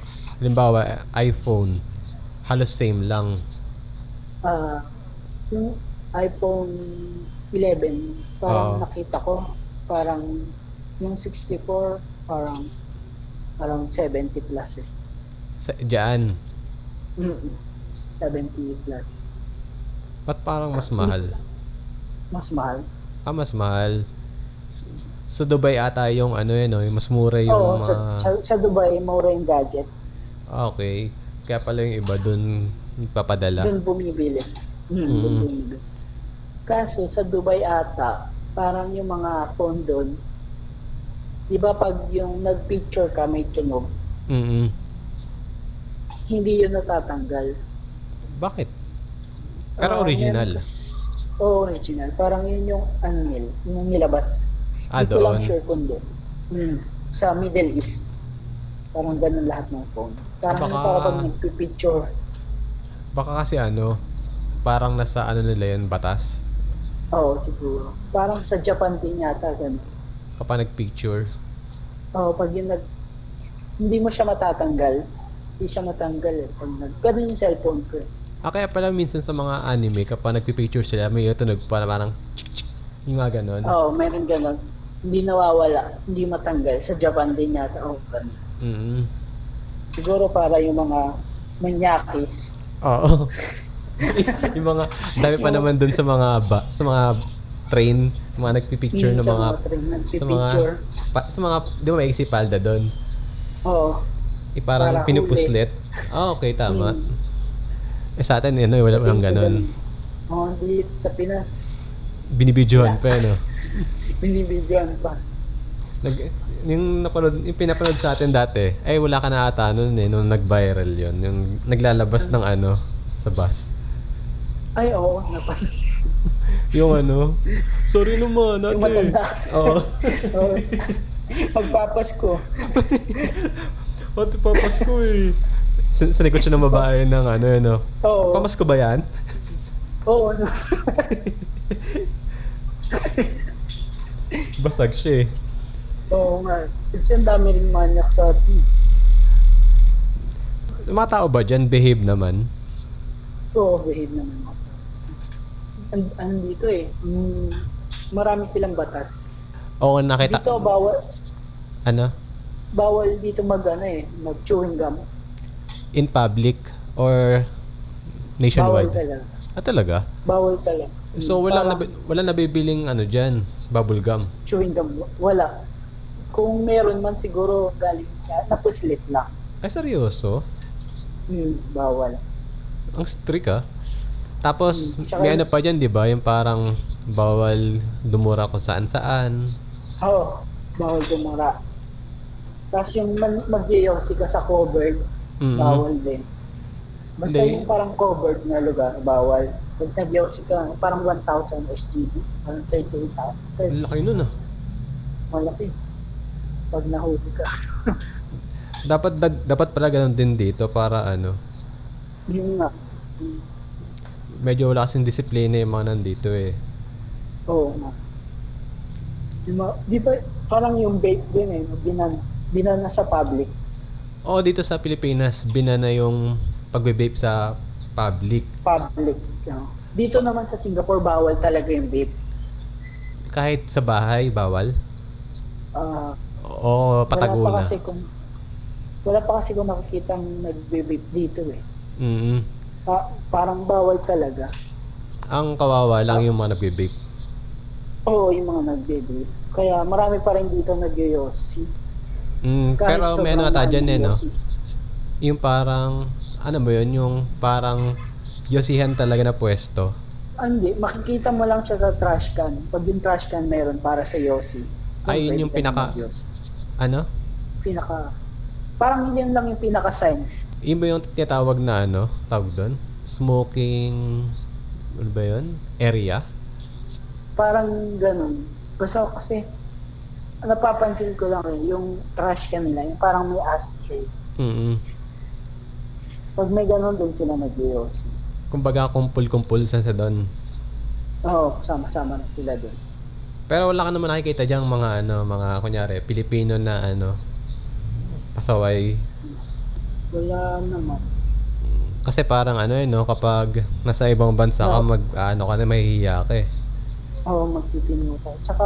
[SPEAKER 1] Halimbawa, iPhone. Halos same lang.
[SPEAKER 2] Ah, yung iPhone 11, parang
[SPEAKER 1] Oo.
[SPEAKER 2] nakita ko, parang yung 64, parang parang 70 plus eh.
[SPEAKER 1] Sa, dyan.
[SPEAKER 2] Mm-mm. 70 plus.
[SPEAKER 1] Ba't parang mas mahal?
[SPEAKER 2] Mas mahal.
[SPEAKER 1] Ah, mas mahal. S- Sa Dubai ata yung ano yun, no? yung mas mura yung
[SPEAKER 2] Oo,
[SPEAKER 1] mga... Ah,
[SPEAKER 2] sa, sa, sa Dubai, mura yung gadget.
[SPEAKER 1] Okay. Kaya pala yung iba dun papadala.
[SPEAKER 2] Doon bumibili. Mm,
[SPEAKER 1] Mm.
[SPEAKER 2] Doon bumibili. Kaso sa Dubai ata, parang yung mga phone doon, di ba pag yung nag-picture ka may tunog,
[SPEAKER 1] Mm
[SPEAKER 2] hindi yun natatanggal.
[SPEAKER 1] Bakit? Pero
[SPEAKER 2] Ah,
[SPEAKER 1] original.
[SPEAKER 2] meron kasi- Oo, original. Parang yun yung ano nil, yung nilabas.
[SPEAKER 1] Ah,
[SPEAKER 2] Hindi ko lang
[SPEAKER 1] doon.
[SPEAKER 2] sure kung doon. Mm, sa Middle East. Parang ganun lahat ng phone.
[SPEAKER 1] Ah,
[SPEAKER 2] Parang
[SPEAKER 1] Baka-
[SPEAKER 2] Baka... kapag nagpipicture.
[SPEAKER 1] Baka kasi ano, parang nasa ano nila yun, batas.
[SPEAKER 2] Oo, siguro. Parang sa Japan din yata ganun.
[SPEAKER 1] Kapag nagpicture.
[SPEAKER 2] Oo, pag yung nag... Hindi mo siya matatanggal. Hindi siya matanggal eh. Pag nag... Ganun yung cellphone ko eh.
[SPEAKER 1] Ah, kaya pala minsan sa mga anime, kapag nagpipicture sila, may tunog para parang chik-chik. Yung mga ganun.
[SPEAKER 2] Oo, meron ganun. Hindi nawawala. Hindi matanggal. Sa Japan din yata. Oo, ganun.
[SPEAKER 1] Mm.
[SPEAKER 2] Siguro para yung mga manyakis.
[SPEAKER 1] Oo. yung mga, dami pa naman dun sa mga ba, sa mga train, mga nagpipicture ng
[SPEAKER 2] Sa
[SPEAKER 1] mga,
[SPEAKER 2] train,
[SPEAKER 1] sa mga,
[SPEAKER 2] nagpipicture.
[SPEAKER 1] pa, sa mga, di ba may palda dun?
[SPEAKER 2] Oo.
[SPEAKER 1] Eh, parang
[SPEAKER 2] Parang
[SPEAKER 1] pinupuslit. Ah, okay, tama.
[SPEAKER 2] Mm.
[SPEAKER 1] Eh, sa atin, yun, wala lang ganun.
[SPEAKER 2] Oo, hindi. Sa Pinas,
[SPEAKER 1] Binibidyohan pa, ano.
[SPEAKER 2] binibidyoan pa.
[SPEAKER 1] Nag, yung, napanood, yung pinapanood sa atin dati, ay wala ka na ata nun eh, nung nag-viral yun. Yung naglalabas ng ano, sa bus.
[SPEAKER 2] Ay, oo. Napan.
[SPEAKER 1] Yung ano, sorry naman, ate.
[SPEAKER 2] Yung matanda.
[SPEAKER 1] Oo.
[SPEAKER 2] Oo. Magpapasko.
[SPEAKER 1] Ate, papasko eh. Sa, sa likod siya ng babae ng ano, ano.
[SPEAKER 2] Oo.
[SPEAKER 1] Pamasko ba yan?
[SPEAKER 2] Oo. ano.
[SPEAKER 1] Basag siya eh.
[SPEAKER 2] Oo nga. Kasi ang dami rin manyak sa atin.
[SPEAKER 1] Yung Mga tao ba dyan, behave naman?
[SPEAKER 2] Oo, behave naman ako. And, ano dito eh, mm, marami silang batas.
[SPEAKER 1] Oo, nakita.
[SPEAKER 2] Dito bawal,
[SPEAKER 1] Ano?
[SPEAKER 2] bawal dito mag ano eh, mag chewing gum.
[SPEAKER 1] In public? Or
[SPEAKER 2] Bawal
[SPEAKER 1] nationwide?
[SPEAKER 2] talaga.
[SPEAKER 1] Ah, talaga?
[SPEAKER 2] Bawal talaga.
[SPEAKER 1] So, walang,
[SPEAKER 2] Parang
[SPEAKER 1] nabi- walang nabibiling ano dyan, bubble gum.
[SPEAKER 2] Chewing gum, wala. Kung meron man siguro galing siya, napuslit lang.
[SPEAKER 1] Ay, seryoso?
[SPEAKER 2] Hmm, bawal.
[SPEAKER 1] Ang strict ah. Tapos,
[SPEAKER 2] Mm, tsaka
[SPEAKER 1] may
[SPEAKER 2] yung-
[SPEAKER 1] ano pa dyan, di ba? Yung parang bawal dumura kung saan-saan.
[SPEAKER 2] Oo, oh, bawal gumara. Tapos yung man- mag-yosi ka sa covered,
[SPEAKER 1] Mm-mm.
[SPEAKER 2] bawal din. Basta
[SPEAKER 1] Mm-hmm. Hindi.
[SPEAKER 2] yung parang covered na lugar, bawal. Pag nag-yosi ka, parang 1,000 SGD, parang 38,000.
[SPEAKER 1] Ang laki nun ah.
[SPEAKER 2] Malaki. Pag nahuli ka.
[SPEAKER 1] Dapat, dag- dapat pala ganun din dito para ano,
[SPEAKER 2] Yun nga.
[SPEAKER 1] medyo wala kasing disiplina yung mga nandito eh.
[SPEAKER 2] Oo nga. Yung mga- Di ba, parang yung vape din eh, binana, binana sa public.
[SPEAKER 1] Oo, dito sa Pilipinas, binana yung pagbe-vape sa public.
[SPEAKER 2] Public. you know. Dito naman sa Singapore, bawal talaga yung vape.
[SPEAKER 1] Kahit sa bahay, bawal.
[SPEAKER 2] Ah,
[SPEAKER 1] Oo, patago na.
[SPEAKER 2] Wala pa kasi kung, wala pa kasi kung nakikita nagbe-vape dito eh.
[SPEAKER 1] Mm-mm.
[SPEAKER 2] Pa- parang bawal talaga.
[SPEAKER 1] Ang kawawa lang yung mga nagbe-vape.
[SPEAKER 2] Oo, yung mga nagbe-vape. Kaya marami pa rin dito nag-yosi.
[SPEAKER 1] Mm,
[SPEAKER 2] Kahit
[SPEAKER 1] pero may ano
[SPEAKER 2] sobrang
[SPEAKER 1] ata dyan eh, no?
[SPEAKER 2] yosi.
[SPEAKER 1] Yung parang, ano ba yun? Yung parang yosihan talaga na pwesto.
[SPEAKER 2] Ah, Hindi, makikita mo lang siya sa trash can. Pag yung trash can meron para sa yosi. doon
[SPEAKER 1] Ay, yun
[SPEAKER 2] pwede
[SPEAKER 1] yung
[SPEAKER 2] ka na
[SPEAKER 1] pinaka-
[SPEAKER 2] mag-yosi.
[SPEAKER 1] Ano?
[SPEAKER 2] Pinaka... Parang yun lang yung pinaka-sign.
[SPEAKER 1] Yun ba yung tinatawag na ano? Tawag doon? Smoking... Ano ba yun? Area?
[SPEAKER 2] Parang ganun. Basta kasi, napapansin ko lang eh, yung trash can nila, yung parang may ashtray.
[SPEAKER 1] Mm-mm.
[SPEAKER 2] Pag may ganun, doon sila nag-yosi.
[SPEAKER 1] Kumbaga, kumpul-kumpul sa sa doon.
[SPEAKER 2] Oo, sama-sama na sila doon.
[SPEAKER 1] Pero wala ka naman nakikita diyang mga ano, mga kunyari, Pilipino na ano, pasaway.
[SPEAKER 2] Wala naman.
[SPEAKER 1] Kasi parang ano eh, no, kapag nasa ibang bansa ka, mag, ano ka na, mahihiya ka eh.
[SPEAKER 2] Oo, magpipino ka. Tsaka,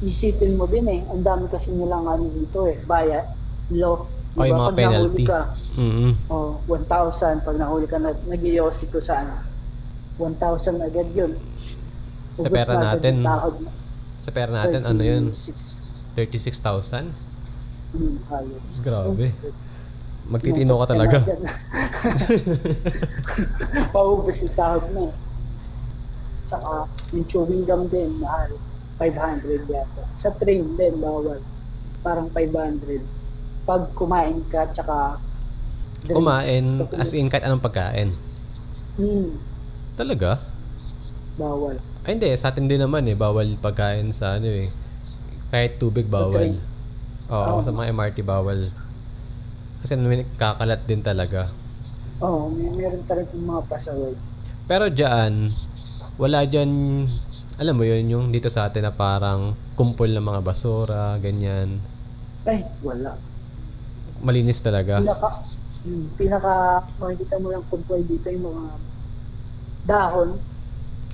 [SPEAKER 2] isipin mo din eh, ang dami kasi nilang ano dito eh, bayad, law.
[SPEAKER 1] O, yung mga
[SPEAKER 2] Pag nahuli
[SPEAKER 1] penalty.
[SPEAKER 2] Ka,
[SPEAKER 1] Mm-mm.
[SPEAKER 2] oh, 1,000. Pag nahuli ka na, nag-iossi ko sa ano. 1,000 agad yun.
[SPEAKER 1] Sa
[SPEAKER 2] Ubus
[SPEAKER 1] pera
[SPEAKER 2] na agad
[SPEAKER 1] natin,
[SPEAKER 2] yung sahod mo.
[SPEAKER 1] sa pera natin, ano yun,
[SPEAKER 2] 36.
[SPEAKER 1] 36,000?
[SPEAKER 2] Hmm, ayos.
[SPEAKER 1] Grabe. Magtitino ka talaga.
[SPEAKER 2] Paubos yung sahod mo eh. Tsaka, yung chewing gum din, mahal. 500 yata. Sa train din, bawal. Parang 500. Pag kumain ka, tsaka... drinks.
[SPEAKER 1] Kumain,
[SPEAKER 2] Pag-
[SPEAKER 1] as in kahit anong pagkain.
[SPEAKER 2] Hmm,
[SPEAKER 1] Talaga?
[SPEAKER 2] bawal.
[SPEAKER 1] Ay hindi, sa atin din naman eh, bawal pagkain sa ano eh. Kahit tubig bawal.
[SPEAKER 2] Pagkain.
[SPEAKER 1] Oo,
[SPEAKER 2] Oo.
[SPEAKER 1] sa mga MRT bawal. Kasi ano, may kakalat din talaga.
[SPEAKER 2] Oo, oh, may meron talaga yung mga pasaway.
[SPEAKER 1] Pero diyan, wala diyan alam mo yun, yung dito sa atin na parang kumpol ng mga basura, ganyan.
[SPEAKER 2] Ay, wala.
[SPEAKER 1] Malinis talaga.
[SPEAKER 2] Pinaka, hmm, pinaka, makikita mo lang kung pwede dito yung mga dahon,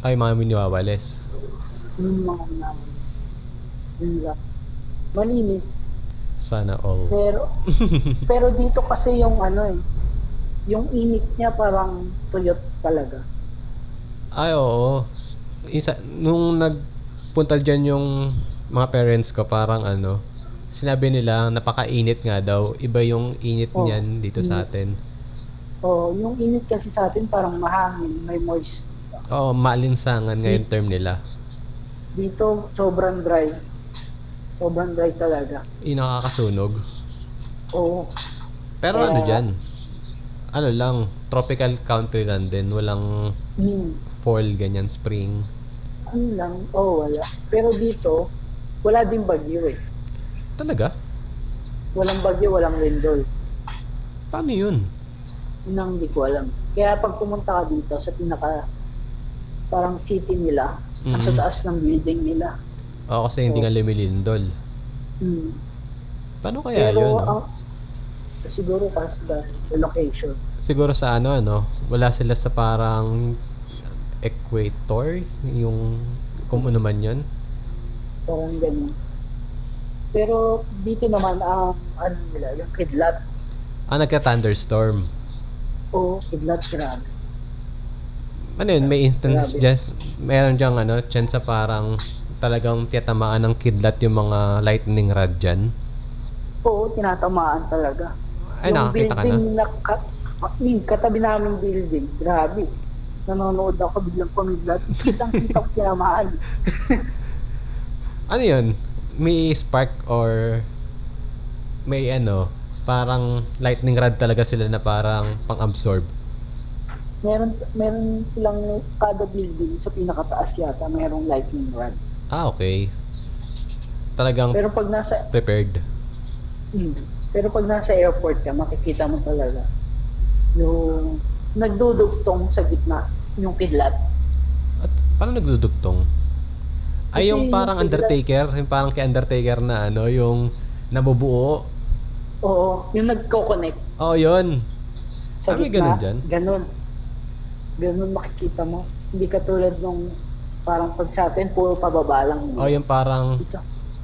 [SPEAKER 1] Ay, mga miniwawalis.
[SPEAKER 2] yung mga namalis. Yun lang. Malinis,
[SPEAKER 1] Sana all.
[SPEAKER 2] Pero pero dito kasi yung ano eh, yung init niya parang tuyot talaga.
[SPEAKER 1] Ay, oo. Isa, nung nagpunta dyan yung mga parents ko, parang ano, sinabi nila, napakainit nga daw. Iba yung init
[SPEAKER 2] Oo. Mm.
[SPEAKER 1] niyan dito sa atin.
[SPEAKER 2] O yung init kasi sa atin parang mahangin, may moist.
[SPEAKER 1] Oo, maalinsangan nga yung term nila.
[SPEAKER 2] Dito sobrang dry. Sobrang dry talaga.
[SPEAKER 1] Yung nakakasunog.
[SPEAKER 2] Oo.
[SPEAKER 1] Pero ano
[SPEAKER 2] Kaya-
[SPEAKER 1] dyan? Ano lang, tropical country lang din. Walang
[SPEAKER 2] Hmm.
[SPEAKER 1] fall, ganyan, spring.
[SPEAKER 2] Ano lang, oh wala. Pero dito, wala din bagyo eh.
[SPEAKER 1] Talaga?
[SPEAKER 2] Walang bagyo, walang lindol.
[SPEAKER 1] Paano yun?
[SPEAKER 2] Yun ang hindi ko alam. Kaya pag pumunta ka dito sa pinaka parang city nila, sa
[SPEAKER 1] Mhm.
[SPEAKER 2] taas ng building nila.
[SPEAKER 1] Oo, kasi hindi nga lumilindol.
[SPEAKER 2] Hmm.
[SPEAKER 1] Paano kaya yun? no?
[SPEAKER 2] ang- siguro kasi dahil sa location.
[SPEAKER 1] Siguro sa ano, ano, wala sila sa parang equator, yung kung ano man yun.
[SPEAKER 2] Parang ganun. Pero dito naman ang ano nila, yung kidlat.
[SPEAKER 1] Ah, nagka-thunderstorm.
[SPEAKER 2] Oo, kidlat grabe.
[SPEAKER 1] Ano yun, may instance
[SPEAKER 2] Grabe.
[SPEAKER 1] just, meron dyang ano, chance sa parang talagang tiyatamaan ng kidlat yung mga lightning rod dyan.
[SPEAKER 2] Oo, tinatamaan talaga.
[SPEAKER 1] Ay, nakakita ka na.
[SPEAKER 2] building na. ka, I mean, katabi namin building, grabe. Nanonood ako biglang pumiglat. Kitang kitang tinamaan.
[SPEAKER 1] Ano yun? May spark or may ano, parang lightning rod talaga sila na parang pang-absorb.
[SPEAKER 2] Meron, meron silang kada building sa pinakataas yata, merong lightning rod.
[SPEAKER 1] Ah, okay. Talagang
[SPEAKER 2] Pero pag nasa,
[SPEAKER 1] prepared.
[SPEAKER 2] mm, pero pag nasa airport ka, makikita mo talaga yung nagdudugtong sa gitna yung kidlat.
[SPEAKER 1] At parang nagdudugtong. Ay,
[SPEAKER 2] Kasi
[SPEAKER 1] yung parang
[SPEAKER 2] yung bigla-
[SPEAKER 1] Undertaker, yung parang kay Undertaker na ano, yung nabubuo.
[SPEAKER 2] Oo, yung nagko-connect
[SPEAKER 1] Oh, yun.
[SPEAKER 2] sa
[SPEAKER 1] Ah, may ganun
[SPEAKER 2] gitna.
[SPEAKER 1] dyan?
[SPEAKER 2] Ganun. Ganun makikita mo. Hindi katulad nung parang pag sa atin, puro pababa lang.
[SPEAKER 1] Oh, yung parang
[SPEAKER 2] Ito.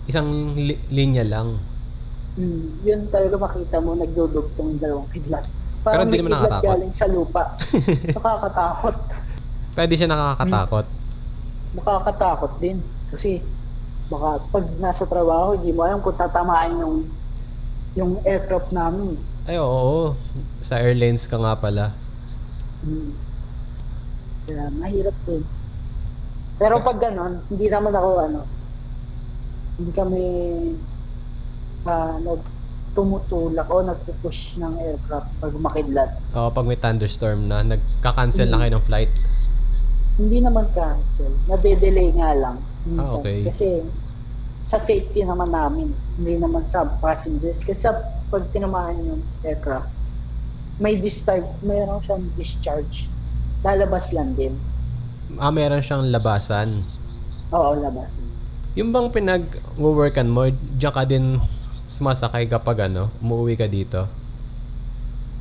[SPEAKER 1] isang li- linya lang.
[SPEAKER 2] Mm, yun talaga makita mo, nagdudugtong yung dalawang kidlat.
[SPEAKER 1] Pero
[SPEAKER 2] Parang
[SPEAKER 1] hindi
[SPEAKER 2] may
[SPEAKER 1] naman
[SPEAKER 2] kidlat
[SPEAKER 1] nakakatakot.
[SPEAKER 2] galing sa lupa. nakakatakot.
[SPEAKER 1] Pwede siya nakakatakot.
[SPEAKER 2] Nakakatakot din. Kasi baka pag nasa trabaho, hindi mo alam kung tatamaan yung yung aircraft namin.
[SPEAKER 1] Ay, oo, oo. Sa airlines ka nga pala.
[SPEAKER 2] Mm. Kaya mahirap din. Pero pag ganun, hindi naman ako ano, hindi kami ah, nag tumutulak o nagpupush ng aircraft pag makidlat.
[SPEAKER 1] Oo, pag may thunderstorm na, nagka-cancel na kayo ng flight.
[SPEAKER 2] Hindi naman cancel. Nade-delay nga lang. minsan.
[SPEAKER 1] Ah, okay.
[SPEAKER 2] Kasi sa safety naman namin. Hindi naman sa passengers. Kasi sa pag tinamaan yung aircraft, may discharge, mayroon siyang discharge. Lalabas lang din.
[SPEAKER 1] Ah, meron siyang labasan.
[SPEAKER 2] Oo, labas.
[SPEAKER 1] Yung bang pinag-workan mo, diyan ka din sumasakay kapag ano, umuwi ka dito?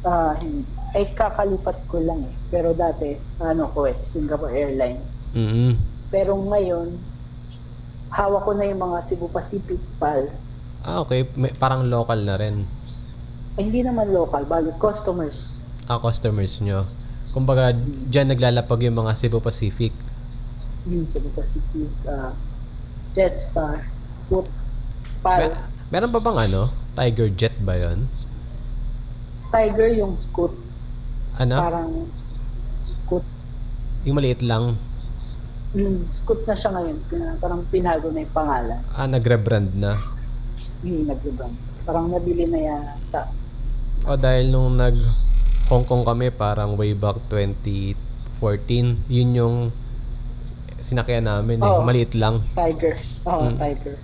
[SPEAKER 2] Ah, hindi. Ay, kakalipat ko lang eh. Pero dati, ano ko eh, Singapore Airlines.
[SPEAKER 1] mm
[SPEAKER 2] Pero ngayon, hawak ko na yung mga Cebu Pacific PAL.
[SPEAKER 1] Ah, okay. May, parang local na rin.
[SPEAKER 2] Ay, hindi naman local, bali customers.
[SPEAKER 1] Ah, customers nyo. Kumbaga, dyan naglalapag yung mga Cebu Pacific.
[SPEAKER 2] yun sa Buka City, uh, Jetstar, Scoop,
[SPEAKER 1] Me-
[SPEAKER 2] PAL.
[SPEAKER 1] meron pa bang ano? Tiger Jet ba yun?
[SPEAKER 2] Tiger yung Scoot,
[SPEAKER 1] Ano?
[SPEAKER 2] parang Scoot.
[SPEAKER 1] Yung maliit lang.
[SPEAKER 2] Mm, Scoot na siya ngayon, Pina- parang pinago na yung pangalan.
[SPEAKER 1] Ah, nagrebrand na.
[SPEAKER 2] Hindi nag-rebrand. Parang nabili na yata.
[SPEAKER 1] O dahil nung nag Hong Kong kami, parang way back 2014, yun yung sinakyan namin eh.
[SPEAKER 2] Oo.
[SPEAKER 1] Maliit lang.
[SPEAKER 2] Tiger. Oo,
[SPEAKER 1] Mm.
[SPEAKER 2] Tiger.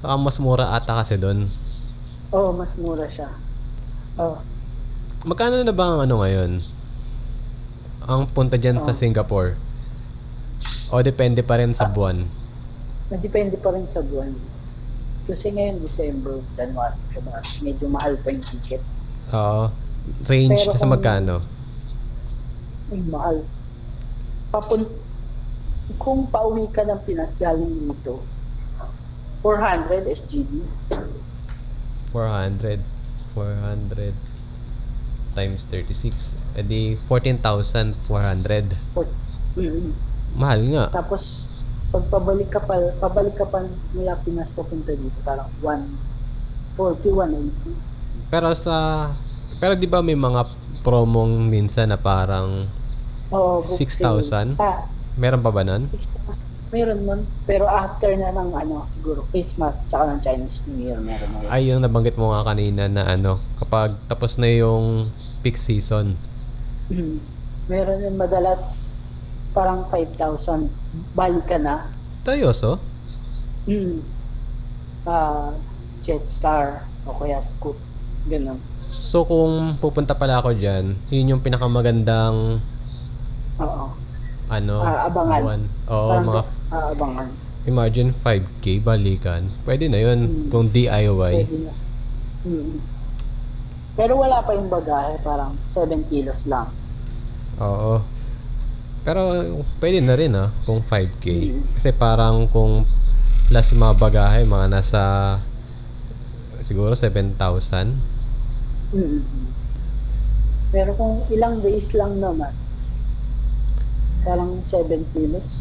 [SPEAKER 1] Saka mas mura ata kasi doon.
[SPEAKER 2] Oo, mas mura siya. Oo.
[SPEAKER 1] Magkano na ba ang ano ngayon? Ang punta dyan sa
[SPEAKER 2] Oo. Ah.
[SPEAKER 1] Singapore? O depende pa rin sa buwan?
[SPEAKER 2] Nadepende pa rin sa buwan. Kasi ngayon, December, January, February, medyo mahal pa yung ticket.
[SPEAKER 1] Oo. Range
[SPEAKER 2] Pero
[SPEAKER 1] na sa
[SPEAKER 2] kung-
[SPEAKER 1] magkano?
[SPEAKER 2] Ay, mahal. Papun kung pauwi ka ng Pinas galing dito, 400 SGD.
[SPEAKER 1] 400. 400 times 36. E di 14,400.
[SPEAKER 2] Or, mm,
[SPEAKER 1] Mahal nga.
[SPEAKER 2] tapos, pag pabalik ka pa, pabalik ka pa mula Pinas papunta dito, parang 140, 180.
[SPEAKER 1] Pero sa... Pero di ba may mga promong minsan na parang...
[SPEAKER 2] Oo, book
[SPEAKER 1] 6,000?
[SPEAKER 2] sale. Oh, Ah,
[SPEAKER 1] Meron pa ba nun?
[SPEAKER 2] 6,000. Meron nun. Pero after na ng ano, siguro, Christmas, tsaka ng Chinese New Year, meron na. yun.
[SPEAKER 1] Ay, yung nabanggit mo nga kanina na ano, kapag tapos na yung peak season.
[SPEAKER 2] Mm. Meron yun madalas, parang 5,000. Balik ka na,
[SPEAKER 1] Seryoso?
[SPEAKER 2] Mm. Ah, Jetstar o kaya Scoop. Ganun.
[SPEAKER 1] So kung pupunta pala ako dyan, yun yung pinakamagandang
[SPEAKER 2] Oo.
[SPEAKER 1] ano,
[SPEAKER 2] Ah, abangan.
[SPEAKER 1] buwan. Oo,
[SPEAKER 2] Parang
[SPEAKER 1] mga
[SPEAKER 2] aabangan.
[SPEAKER 1] Imagine 5K balikan. Pwede na yun
[SPEAKER 2] Mm.
[SPEAKER 1] kung DIY.
[SPEAKER 2] Pwede na. Mm. Pero wala pa yung bagahe, parang 7 kilos lang.
[SPEAKER 1] Oo. Pero pwede na rin ah, kung 5K.
[SPEAKER 2] Mm.
[SPEAKER 1] Kasi parang kung plus yung mga bagahe, mga nasa siguro 7,000.
[SPEAKER 2] Mm. Hmm. Pero kung ilang days lang naman, parang 7 kilos.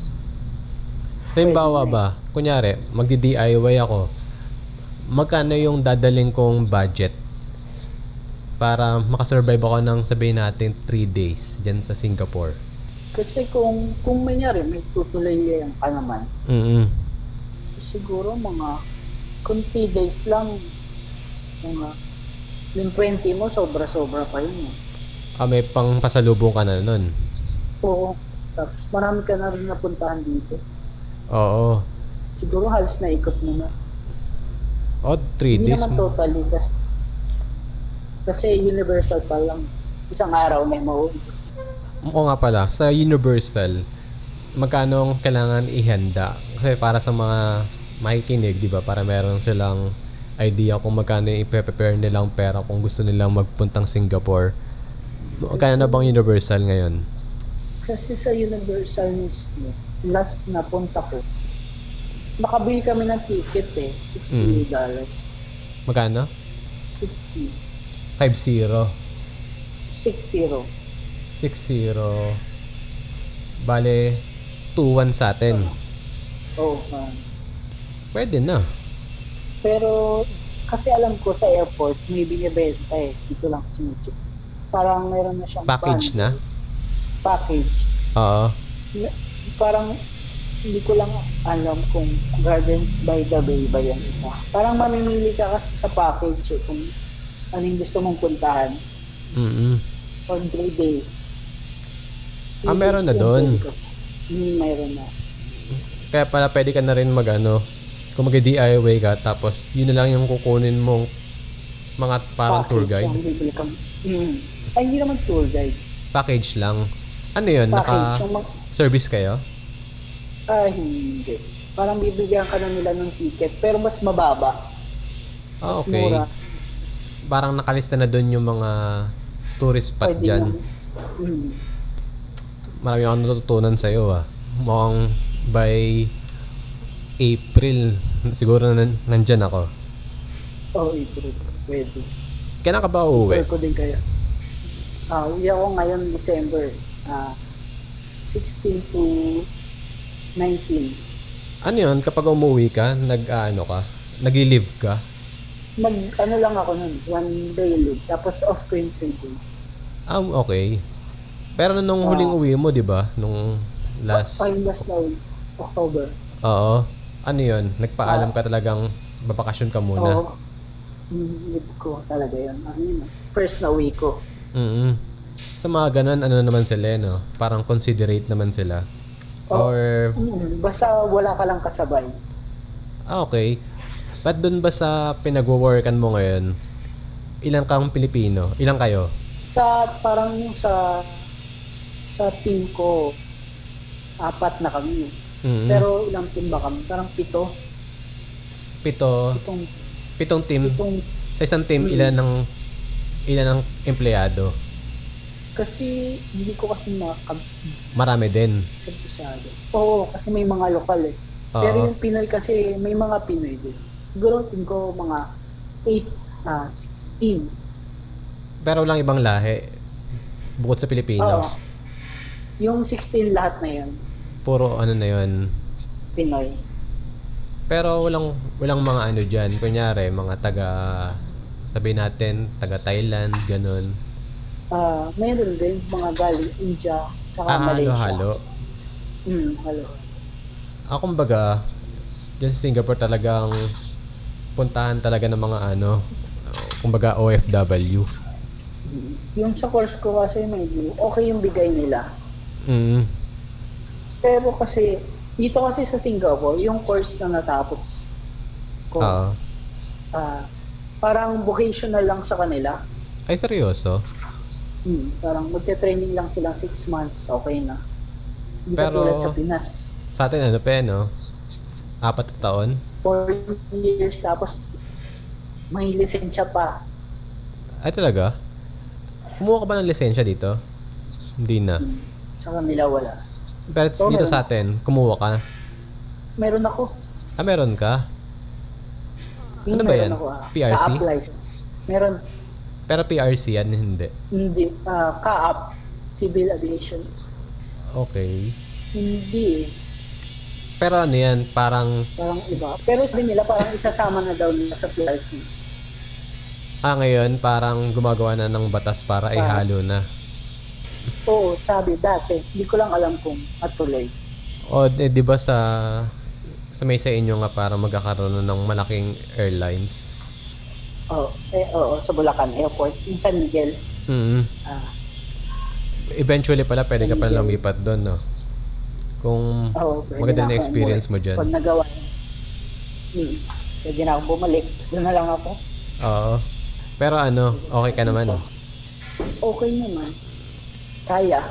[SPEAKER 1] Halimbawa
[SPEAKER 2] Pwede na
[SPEAKER 1] ba, kunyari, magdi-DIY ako, magkano yung dadaling kong budget para makasurvive ako ng sabihin natin 3 days dyan sa Singapore?
[SPEAKER 2] Kasi kung, kung manyari, may tutuloy ka naman,
[SPEAKER 1] Mm-mm.
[SPEAKER 2] siguro mga kunti days lang, mga yung 20 mo, sobra-sobra pa yun. eh.
[SPEAKER 1] Ah, may pang pasalubong ka na nun.
[SPEAKER 2] Oo. Tapos marami ka na rin napuntahan dito.
[SPEAKER 1] Oo.
[SPEAKER 2] Siguro halos naikot mo na.
[SPEAKER 1] O, 3
[SPEAKER 2] Hindi
[SPEAKER 1] days.
[SPEAKER 2] naman totally. Kasi, kasi universal pa lang. Isang araw may mauwi.
[SPEAKER 1] Oo nga pala, sa Universal, magkano ang kailangan ihanda? Kasi para sa mga makikinig, di ba? Para meron silang idea kung magkano yung ipe-prepare nilang pera kung gusto nilang magpuntang Singapore. Magkano na bang Universal ngayon?
[SPEAKER 2] Kasi sa Universal mismo, last na punta ko, nakabili kami ng ticket eh, $60.
[SPEAKER 1] Magkano? 5-0.
[SPEAKER 2] 60. 60.
[SPEAKER 1] 6-0. Bale, 2-1 sa atin.
[SPEAKER 2] Oh, man.
[SPEAKER 1] Pwede na.
[SPEAKER 2] Pero, kasi alam ko sa airport, may binibenta eh. Dito lang sinichip. Parang meron na siyang
[SPEAKER 1] Package na?
[SPEAKER 2] bundle. Package.
[SPEAKER 1] Oo.
[SPEAKER 2] Na- Parang, hindi ko lang alam kung Gardens by the Bay ba yan isa. Parang mamimili ka kasi sa package eh, kung anong gusto mong puntahan
[SPEAKER 1] Mm-mm.
[SPEAKER 2] on three days.
[SPEAKER 1] Ah,
[SPEAKER 2] Three
[SPEAKER 1] meron
[SPEAKER 2] days
[SPEAKER 1] na
[SPEAKER 2] yung
[SPEAKER 1] doon.
[SPEAKER 2] trip ko. Hmm, meron na.
[SPEAKER 1] Kaya pala pwede ka na rin mag ano, kung mag DIY ka, tapos yun na lang yung kukunin mong mga parang
[SPEAKER 2] Package
[SPEAKER 1] tour
[SPEAKER 2] yung
[SPEAKER 1] guide.
[SPEAKER 2] bibili ka. Hmm. Ay, hindi naman tour guide.
[SPEAKER 1] Package lang. Ano yun?
[SPEAKER 2] Package.
[SPEAKER 1] Naka
[SPEAKER 2] Yung mag-
[SPEAKER 1] service kayo?
[SPEAKER 2] Ah, hindi. Parang bibigyan ka na nila ng ticket, pero mas mababa.
[SPEAKER 1] Ah,
[SPEAKER 2] Mas
[SPEAKER 1] okay.
[SPEAKER 2] mura.
[SPEAKER 1] Parang nakalista na doon yung mga tourist spot
[SPEAKER 2] Pwede
[SPEAKER 1] dyan.
[SPEAKER 2] lang. Mm.
[SPEAKER 1] Marami akong natutunan sa'yo ah. Mukhang by April, siguro na nandyan ako.
[SPEAKER 2] Oo, oh, ito. Pwede.
[SPEAKER 1] Kailan ka ba uuwi?
[SPEAKER 2] Tour ko din kaya. Ah, uwi ako ngayon December. Ah, 16 to 19.
[SPEAKER 1] Ano yun? Kapag umuwi ka, nag-ano ka? Nag-live ka?
[SPEAKER 2] Mag, ano lang ako nun, one day leave. Tapos off ko yung three days.
[SPEAKER 1] Um, okay. Pero nung
[SPEAKER 2] Ah.
[SPEAKER 1] huling uwi mo, di ba? Nung last...
[SPEAKER 2] Ay, last na uwi. October.
[SPEAKER 1] Oo. Ano yun? Nagpaalam ka talagang babakasyon ka muna.
[SPEAKER 2] Oo. Mm, leave ko talaga yun. Ano yun? First na uwi ko.
[SPEAKER 1] Mm Sa mga ganun, ano naman sila, eh, no? Parang considerate naman sila.
[SPEAKER 2] Oo.
[SPEAKER 1] Or,
[SPEAKER 2] Mm, basta wala ka lang kasabay.
[SPEAKER 1] ah, okay. Ba't dun ba sa pinag-workan mo ngayon, ilang kang Pilipino? Ilang kayo?
[SPEAKER 2] Sa parang yung sa sa team ko apat na kami.
[SPEAKER 1] Mm-mm.
[SPEAKER 2] Pero ilang team ba kami? Parang pito.
[SPEAKER 1] S- pito,
[SPEAKER 2] Pitong,
[SPEAKER 1] pitong team.
[SPEAKER 2] pitong
[SPEAKER 1] Sa isang team, ilan ng ilan ng empleyado?
[SPEAKER 2] kasi hindi ko kasi makabisado.
[SPEAKER 1] Marami din.
[SPEAKER 2] Oo, kasi may mga lokal eh. Pero
[SPEAKER 1] Oo.
[SPEAKER 2] yung Pinoy kasi may mga Pinoy din. Siguro team ko mga 8, ah 16.
[SPEAKER 1] Pero walang ibang lahi. Bukod sa Pilipino.
[SPEAKER 2] Oo. Yung 16 lahat na yun,
[SPEAKER 1] Puro ano na yun.
[SPEAKER 2] Pinoy.
[SPEAKER 1] Pero walang walang mga ano diyan. Kunyari mga taga sabihin natin taga Thailand, ganun.
[SPEAKER 2] Ah, meron din mga galing India, saka
[SPEAKER 1] Ah,
[SPEAKER 2] Malaysia.
[SPEAKER 1] halo-halo.
[SPEAKER 2] Mm, halo.
[SPEAKER 1] Ah, kumbaga, dyan sa Singapore talagang puntahan talaga ng mga ano, kumbaga OFW.
[SPEAKER 2] Yung sa course ko kasi medyo okay yung bigay nila.
[SPEAKER 1] Mm.
[SPEAKER 2] Pero kasi dito kasi sa Singapore, yung course na natapos ko,
[SPEAKER 1] Ah.
[SPEAKER 2] ah, parang vocational lang sa kanila.
[SPEAKER 1] Ay, seryoso?
[SPEAKER 2] Hmm, parang magte-training lang sila 6 months, okay na. Hindi
[SPEAKER 1] Pero-
[SPEAKER 2] Pero... sa Pinas.
[SPEAKER 1] Sa atin ano pa eh, no? Apat na taon?
[SPEAKER 2] 4 years tapos may lisensya pa.
[SPEAKER 1] Ay, talaga? Kumuha ka ba ng lisensya dito? Hindi na.
[SPEAKER 2] Hmm, sa kanila wala.
[SPEAKER 1] Pero
[SPEAKER 2] Oo,
[SPEAKER 1] dito
[SPEAKER 2] meron.
[SPEAKER 1] sa atin, kumuha ka.
[SPEAKER 2] Meron ako.
[SPEAKER 1] Ah, meron ka?
[SPEAKER 2] Yung
[SPEAKER 1] Ano ba
[SPEAKER 2] meron
[SPEAKER 1] yan?
[SPEAKER 2] Ako, ah,
[SPEAKER 1] PRC?
[SPEAKER 2] na-app license. Meron.
[SPEAKER 1] Pero PRC yan, hindi.
[SPEAKER 2] Hindi, ah, ka-up, civil aviation.
[SPEAKER 1] Okay.
[SPEAKER 2] Hindi eh,
[SPEAKER 1] Pero ano yan, parang,
[SPEAKER 2] parang iba. Pero sabi nila parang isasama na daw nila sa PRC.
[SPEAKER 1] ah ngayon, parang gumagawa na ng batas para
[SPEAKER 2] Ah.
[SPEAKER 1] ihalo na.
[SPEAKER 2] Oo, sabi dati, hindi ko lang alam kung matuloy.
[SPEAKER 1] O, eh, di ba sa, sa may sa inyo nga para magkakaroon na ng malaking airlines?
[SPEAKER 2] Oo, eh, oo, sa Bulacan Airport, in San Miguel.
[SPEAKER 1] Mm.
[SPEAKER 2] Ah,
[SPEAKER 1] Eventually pala, pwede ka pala lumipat doon, no? Kung
[SPEAKER 2] oo, pwede
[SPEAKER 1] maganda na
[SPEAKER 2] na ako
[SPEAKER 1] experience mo
[SPEAKER 2] umuwi.
[SPEAKER 1] dyan.
[SPEAKER 2] Pag nagawa niya. Hmm, pwede na akong bumalik. Doon na lang ako.
[SPEAKER 1] Oo. Pero ano, okay ka naman.
[SPEAKER 2] Okay naman. Kaya.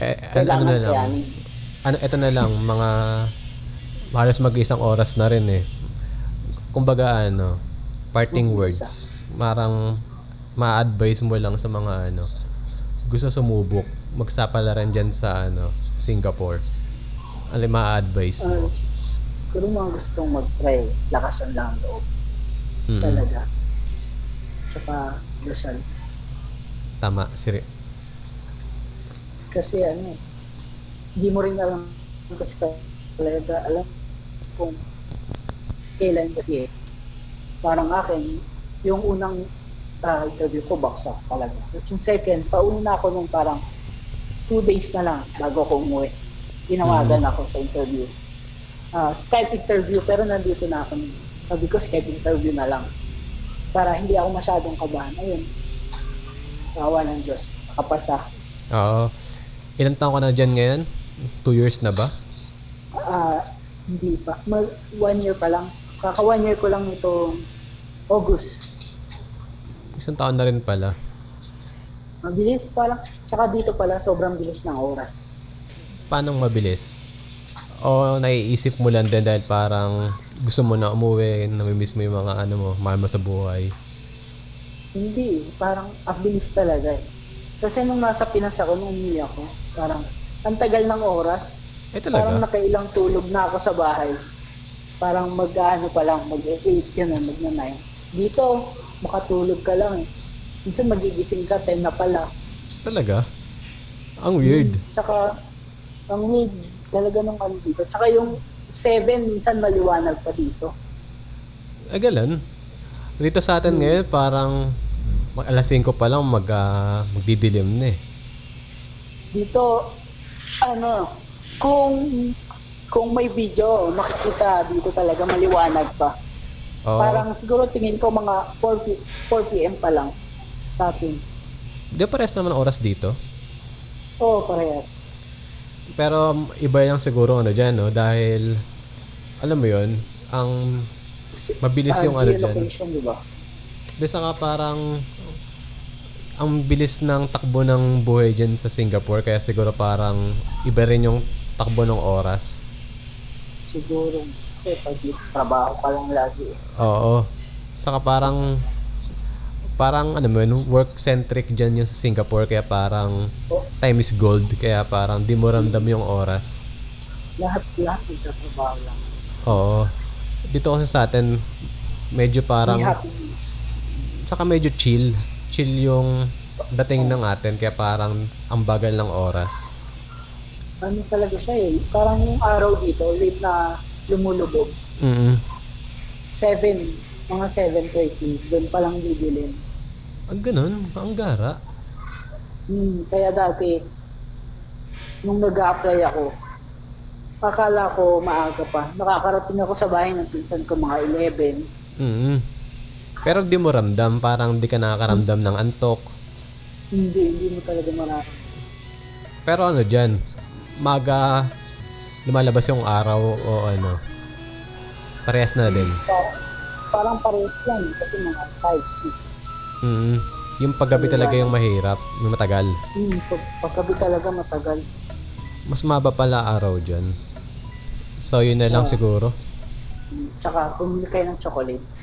[SPEAKER 1] Eh, an- ano
[SPEAKER 2] Kailangan
[SPEAKER 1] na lang.
[SPEAKER 2] kayanin.
[SPEAKER 1] Ano, ito na lang, mga halos mag-isang oras na rin eh. Kumbaga ano, parting words. Marang ma-advise mo lang sa mga ano, gusto sumubok, magsapalaran dyan sa ano, Singapore. Ano yung ma-advise
[SPEAKER 2] Ah,
[SPEAKER 1] mo?
[SPEAKER 2] siguro mga gustong mag-try, lakasan lang ang loob.
[SPEAKER 1] Mm,
[SPEAKER 2] Talaga. Tsaka, lusal.
[SPEAKER 1] Tama, siri.
[SPEAKER 2] Kasi ano, eh, hindi mo rin alam kasi talaga alam kung kailan ba eh. Parang akin, yung unang ah, interview ko, baksak talaga. Tapos yung second, pauno na ako nung parang two days na lang bago ko umuwi. Tinawagan ako sa interview. Ah, Skype interview, pero nandito na ako. nun. Sabi ko, Skype interview na lang. Para hindi ako masyadong kabahan. Ayun, sa awa ng Diyos, nakapasa.
[SPEAKER 1] Oo. Ilan taon ka na dyan ngayon? Two years na ba?
[SPEAKER 2] Ah, hindi pa. Mag, one year pa lang. Kaka one year ko lang itong August.
[SPEAKER 1] Isang taon na rin pala.
[SPEAKER 2] Mabilis pa lang. Tsaka dito pala, sobrang bilis ng oras.
[SPEAKER 1] paano mabilis? O naiisip mo lang din dahil parang gusto mo na umuwi, namimiss mo yung mga ano mo, mahal mo sa buhay.
[SPEAKER 2] Hindi, eh. parang ang bilis talaga eh. Kasi nung nasa Pinas ako, nung umuwi ako, parang ang tagal ng oras.
[SPEAKER 1] Eh talaga?
[SPEAKER 2] Parang nakailang tulog na ako sa bahay. Parang mag-ano pa lang, mag-8 yun, mag-9. Dito, makatulog ka lang eh. Minsan magigising ka, 10 na pala.
[SPEAKER 1] Talaga? Ang weird.
[SPEAKER 2] Tsaka, ang weird talaga ng ano dito. Tsaka yung 7, minsan maliwanag pa dito. Hmm.
[SPEAKER 1] Ay, galan. Dito Eh, sa atin ngayon, parang mag- alas 5 pa lang mag, ah, magdidilim na eh.
[SPEAKER 2] Dito, ano, kung kung may video, makikita dito talaga maliwanag pa.
[SPEAKER 1] Oo.
[SPEAKER 2] Parang siguro tingin ko mga 4, p- 4 p.m. pa lang sa atin.
[SPEAKER 1] Di ba parehas naman ang oras dito.
[SPEAKER 2] Oo, parehas.
[SPEAKER 1] Pero um, iba lang siguro ano dyan, no? Dahil, alam mo yon ang mabilis
[SPEAKER 2] Parang
[SPEAKER 1] yung ano dyan.
[SPEAKER 2] geolocation, di ba?
[SPEAKER 1] Di saka parang ang bilis ng takbo ng buhay dyan sa Singapore kaya siguro parang iba rin yung takbo ng oras.
[SPEAKER 2] Siguro. Kasi pag trabaho ka lang lagi. eh.
[SPEAKER 1] Oo. Saka parang parang ano mo yun, work-centric dyan yung sa Singapore kaya parang
[SPEAKER 2] O,
[SPEAKER 1] time is gold kaya parang di mo ramdam yung oras.
[SPEAKER 2] lahat, lahat nagtatrabaho lang.
[SPEAKER 1] Oo. Dito kasi sa atin medyo
[SPEAKER 2] May
[SPEAKER 1] parang
[SPEAKER 2] happiness.
[SPEAKER 1] saka medyo chill. Chill yung dating ng atin kaya parang ang bagal ng oras.
[SPEAKER 2] ano talaga siya eh. Parang yung araw dito, late na lumulubog.
[SPEAKER 1] mm
[SPEAKER 2] 7, mga 7.30, doon palang bibilin.
[SPEAKER 1] Ang Ah, ganun? Ang gara?
[SPEAKER 2] Hmm, kaya dati, nung nag apply ako, akala ko maaga pa. Nakakarating ako sa bahay ng pinsan ko mga 11.
[SPEAKER 1] mm Pero di mo ramdam, parang di ka nakakaramdam ng antok.
[SPEAKER 2] Hindi, hindi mo talaga marami.
[SPEAKER 1] Pero ano dyan, maga lumalabas yung araw o ano. Parehas na din.
[SPEAKER 2] Parang, parang parehas lang eh, kasi mga 5,
[SPEAKER 1] mm Yung paggabi talaga yung mahirap, yung matagal.
[SPEAKER 2] 6. Hmm, pag, pagkabi talaga matagal.
[SPEAKER 1] Mas maba pala araw dyan. So yun na lang siguro.
[SPEAKER 2] Hmm, tsaka bumili kayo ng chocolate.